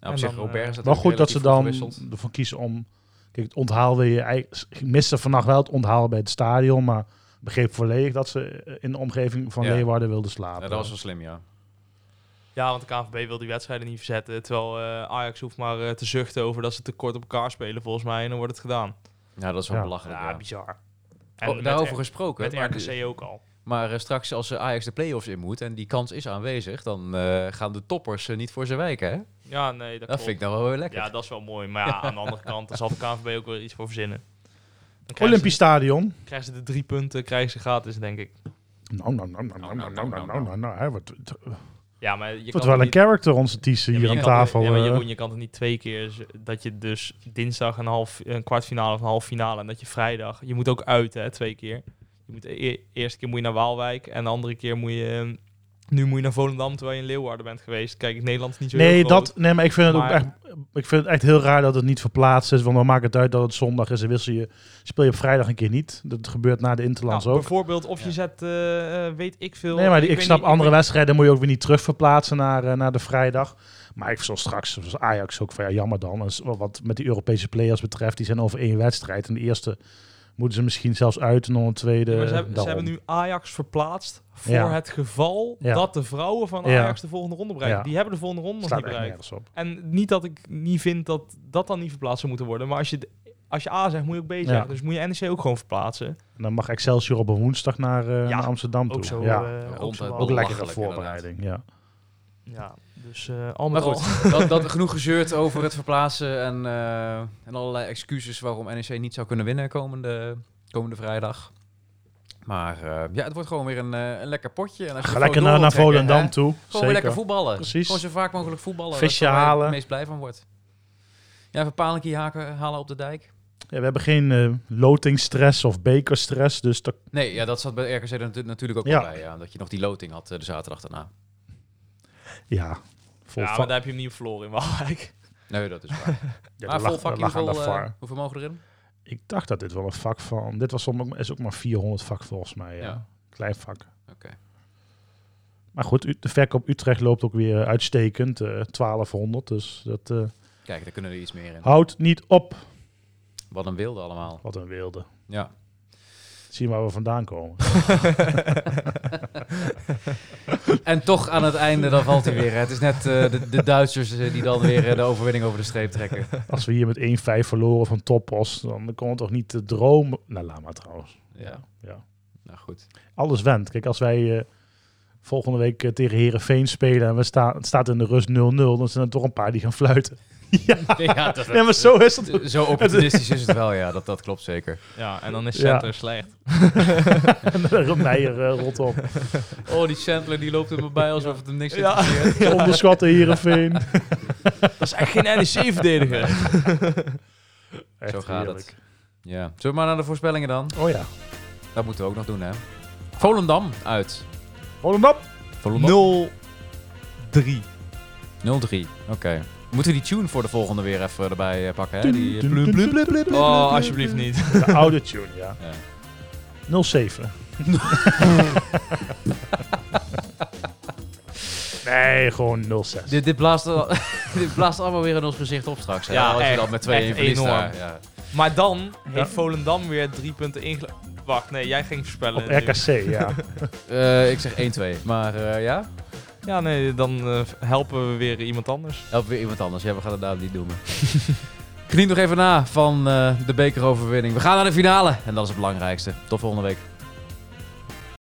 [SPEAKER 2] Ja, op
[SPEAKER 5] En
[SPEAKER 2] zich,
[SPEAKER 5] dan, eh,
[SPEAKER 2] Robert is
[SPEAKER 4] Wel
[SPEAKER 2] natuurlijk
[SPEAKER 4] goed dat ze
[SPEAKER 2] relatief
[SPEAKER 4] dan
[SPEAKER 2] gewisseld.
[SPEAKER 4] ervan kiezen om... Kijk, het onthaal wil je... eigenlijk- Ik miste vannacht wel het onthaal bij het stadion, maar ik begreep volledig dat ze eh, in de omgeving van
[SPEAKER 2] Ja.
[SPEAKER 4] Leeuwarden wilden
[SPEAKER 2] Ja,
[SPEAKER 4] slapen.
[SPEAKER 2] dat was wel slim, ja.
[SPEAKER 5] Ja, want de KNVB wil die wedstrijden niet verzetten. Terwijl eh, Ajax hoeft maar eh, te zuchten over dat ze tekort op elkaar spelen, volgens mij. En dan wordt het gedaan.
[SPEAKER 2] Ja, Nou, dat is wel
[SPEAKER 4] Ja.
[SPEAKER 2] belachelijk.
[SPEAKER 5] Ja,
[SPEAKER 2] Ja.
[SPEAKER 5] bizar.
[SPEAKER 2] Oh,
[SPEAKER 5] met
[SPEAKER 2] daarover
[SPEAKER 5] R-
[SPEAKER 2] gesproken.
[SPEAKER 5] met
[SPEAKER 2] maar
[SPEAKER 5] RKC ook al.
[SPEAKER 2] maar eh, straks als eh, Ajax de play-offs in moet en die kans is aanwezig, dan eh, gaan de toppers eh, niet voor ze wijken. Hè?
[SPEAKER 5] Ja, nee, dat,
[SPEAKER 2] Dat
[SPEAKER 5] klopt.
[SPEAKER 2] vind ik dan wel weer lekker.
[SPEAKER 5] Ja, dat is wel mooi. Maar ja, aan de andere kant, daar zal de KNVB ook wel iets voor verzinnen. Dan krijgen
[SPEAKER 4] Olympisch Stadion.
[SPEAKER 5] Ze, krijgen ze de drie punten, krijgen ze gratis, denk ik.
[SPEAKER 4] Nou, nou, nou, nou, nou, nou, nou, nou, nou, nou, nou, hè, wordt- Het
[SPEAKER 5] Ja, maar je
[SPEAKER 4] wordt
[SPEAKER 5] kan
[SPEAKER 4] wel
[SPEAKER 5] het
[SPEAKER 4] een
[SPEAKER 5] niet...
[SPEAKER 4] character, onze Ties
[SPEAKER 5] ja, maar
[SPEAKER 4] hier
[SPEAKER 5] je
[SPEAKER 4] aan
[SPEAKER 5] kan het-
[SPEAKER 4] tafel.
[SPEAKER 5] ja, maar
[SPEAKER 4] eh.
[SPEAKER 5] Jeroen, je kan het niet twee keer z- dat je dus dinsdag een, half, een kwartfinale of een halve finale en dat je vrijdag... Je moet ook uit, hè, twee keer. Je moet, e- eerste keer moet je naar Waalwijk en de andere keer moet je... ehm, Nu moet je naar Volendam terwijl je in Leeuwarden bent geweest. Kijk, Nederland is niet zo heel
[SPEAKER 4] Nee,
[SPEAKER 5] groot.
[SPEAKER 4] dat, nee, maar ik vind het
[SPEAKER 5] Maar-
[SPEAKER 4] ook echt. Ik vind het echt heel raar dat het niet verplaatst is. Want dan maakt het uit dat het zondag is en wissel je, speel je op vrijdag een keer niet. Dat gebeurt na de Interlands
[SPEAKER 5] Nou,
[SPEAKER 4] ook.
[SPEAKER 5] Bijvoorbeeld, of je zet, eh, eh, weet ik veel...
[SPEAKER 4] Nee, maar die- ik,
[SPEAKER 5] weet
[SPEAKER 4] snap
[SPEAKER 5] niet-
[SPEAKER 4] andere
[SPEAKER 5] weet-
[SPEAKER 4] wedstrijden moet je ook weer niet terug verplaatsen naar, eh, naar de vrijdag. Maar ik zal straks, zoals Ajax ook van ja, jammer dan. En s- Wat met die Europese players betreft, die zijn over één wedstrijd. En de eerste moeten ze misschien zelfs uit en dan een tweede.
[SPEAKER 5] Ja, maar ze, hebben, ze
[SPEAKER 4] daarom.
[SPEAKER 5] hebben nu Ajax verplaatst voor
[SPEAKER 4] Ja.
[SPEAKER 5] het geval
[SPEAKER 4] Ja.
[SPEAKER 5] dat de vrouwen van
[SPEAKER 4] Ja.
[SPEAKER 5] Ajax de volgende ronde bereiken.
[SPEAKER 4] Ja.
[SPEAKER 5] Die hebben de volgende ronde nog
[SPEAKER 4] Slaat
[SPEAKER 5] niet
[SPEAKER 4] echt
[SPEAKER 5] bereikt.
[SPEAKER 4] nergens op.
[SPEAKER 5] En niet dat ik niet vind dat dat dan niet verplaatst zou moeten worden. Maar als je, de- als je A zegt, moet je ook B zeggen. Dus moet je NEC ook gewoon verplaatsen.
[SPEAKER 4] En dan mag Excelsior op een woensdag naar, eh,
[SPEAKER 5] Ja,
[SPEAKER 4] naar Amsterdam toe.
[SPEAKER 5] Ook zo.
[SPEAKER 4] ja,
[SPEAKER 5] eh, ook
[SPEAKER 2] ronduit
[SPEAKER 5] zo wel.
[SPEAKER 4] ook lekkere
[SPEAKER 2] belachelijk
[SPEAKER 4] voorbereiding. Ja.
[SPEAKER 5] Ja, dus eh al
[SPEAKER 2] Maar
[SPEAKER 5] met al.
[SPEAKER 2] goed, dat, dat genoeg gezeurd over het verplaatsen en, eh, en allerlei excuses waarom NEC niet zou kunnen winnen komende, komende vrijdag. Maar eh, ja, het wordt gewoon weer een, eh, een lekker potje. En als je
[SPEAKER 4] Ga
[SPEAKER 2] het
[SPEAKER 4] lekker
[SPEAKER 2] gewoon
[SPEAKER 4] naar, naar
[SPEAKER 2] doorontrekken, hè,
[SPEAKER 4] Volendam toe.
[SPEAKER 2] Gewoon weer lekker
[SPEAKER 4] Zeker.
[SPEAKER 2] voetballen.
[SPEAKER 4] Precies.
[SPEAKER 2] Gewoon zo vaak mogelijk voetballen.
[SPEAKER 4] Visje
[SPEAKER 2] dat is waar je
[SPEAKER 4] halen.
[SPEAKER 2] het meest blij van wordt. Ja, even palenkie haken, halen op de dijk.
[SPEAKER 4] Ja, we hebben geen eh lotingstress of bekerstress, dus dat
[SPEAKER 2] Nee, ja, dat zat bij RKC er natu- natuurlijk ook
[SPEAKER 4] Ja.
[SPEAKER 2] wel bij. Ja, dat je nog die loting had eh, de zaterdag daarna.
[SPEAKER 4] ja, vol
[SPEAKER 5] Ja, maar daar heb je hem niet verloren in Waalwijk.
[SPEAKER 2] Nee, dat is waar.
[SPEAKER 4] ja,
[SPEAKER 2] maar
[SPEAKER 4] dat lag-
[SPEAKER 2] vol vakje,
[SPEAKER 4] dat lag aan
[SPEAKER 2] hoeveel,
[SPEAKER 4] de
[SPEAKER 2] eh,
[SPEAKER 4] VAR.
[SPEAKER 2] hoeveel mogen erin?
[SPEAKER 4] Ik dacht dat dit wel een vak van. Dit was om, is ook maar 400 vak volgens mij. Ja.
[SPEAKER 2] Ja.
[SPEAKER 4] Klein vak.
[SPEAKER 2] Oké.
[SPEAKER 4] Maar goed, U- de verkoop Utrecht loopt ook weer uitstekend. eh 1200, dus dat eh,
[SPEAKER 2] Kijk, daar kunnen er iets meer in.
[SPEAKER 4] houdt niet op.
[SPEAKER 2] Wat een wilde allemaal.
[SPEAKER 4] Wat een wilde.
[SPEAKER 2] Ja.
[SPEAKER 4] Zien waar we vandaan komen.
[SPEAKER 2] En toch aan het einde, dan valt hij weer. Het is net eh, de, de Duitsers eh, die dan weer eh, de overwinning over de streep trekken.
[SPEAKER 4] Als we hier met 1-5 verloren van Toppos, dan kon het toch niet de droom. Nou, laat maar trouwens.
[SPEAKER 2] Ja,
[SPEAKER 4] Ja.
[SPEAKER 2] nou goed.
[SPEAKER 4] alles wendt. Kijk, als wij eh, volgende week eh, tegen Herenveen spelen en we staan, het staat in de rust 0-0, dan zijn er toch een paar die gaan fluiten. ja,
[SPEAKER 2] Ja, dat-
[SPEAKER 4] nee, maar zo is het.
[SPEAKER 2] Zo opportunistisch is het wel, ja. Dat, dat klopt zeker.
[SPEAKER 5] Ja, en dan is
[SPEAKER 4] Ja.
[SPEAKER 5] Center slecht.
[SPEAKER 4] Meijer eh, rot op.
[SPEAKER 2] Oh, die Chandler die loopt er maar bij alsof het hem niks
[SPEAKER 5] Ja.
[SPEAKER 2] interesseert.
[SPEAKER 4] Ze Onderschatten Herenveen.
[SPEAKER 5] Dat is echt geen NEC-verdediger.
[SPEAKER 2] Zo gaat het. Ja. Zullen we maar naar de voorspellingen dan?
[SPEAKER 4] Oh ja.
[SPEAKER 2] Dat moeten we ook nog doen, hè. Volendam uit.
[SPEAKER 4] Volendam.
[SPEAKER 2] Volendam
[SPEAKER 5] 0-3.
[SPEAKER 2] 0-3. Oké. Moeten we die tune voor de volgende weer even erbij eh, pakken, hè? Die, eh,
[SPEAKER 4] Dun, dun, dun, dun, dun, dun.
[SPEAKER 5] Oh, alsjeblieft niet.
[SPEAKER 4] De oude tune, ja.
[SPEAKER 2] Ja.
[SPEAKER 4] 07. nee, gewoon 06.
[SPEAKER 2] eh, Dit, dit, blaast al- dit blaast allemaal weer in ons gezicht op straks. Hè?
[SPEAKER 5] Ja,
[SPEAKER 2] Als je
[SPEAKER 5] echt,
[SPEAKER 2] dat met 2-1
[SPEAKER 5] echt
[SPEAKER 2] verliest
[SPEAKER 5] enorm.
[SPEAKER 2] daar, ja.
[SPEAKER 5] Maar dan heeft Volendam weer drie punten ingele... Wacht, nee, jij ging voorspellen.
[SPEAKER 4] Op
[SPEAKER 5] nu.
[SPEAKER 4] RKC, ja.
[SPEAKER 2] Eh, ik zeg 1-2. Maar eh, ja,
[SPEAKER 5] Ja, nee, dan eh, helpen we weer iemand anders.
[SPEAKER 2] help weer iemand anders. Ja, we gaan het daar niet doen. Geniet nog even na van eh, de bekeroverwinning. We gaan naar de finale. En dat is het belangrijkste. Tot volgende week.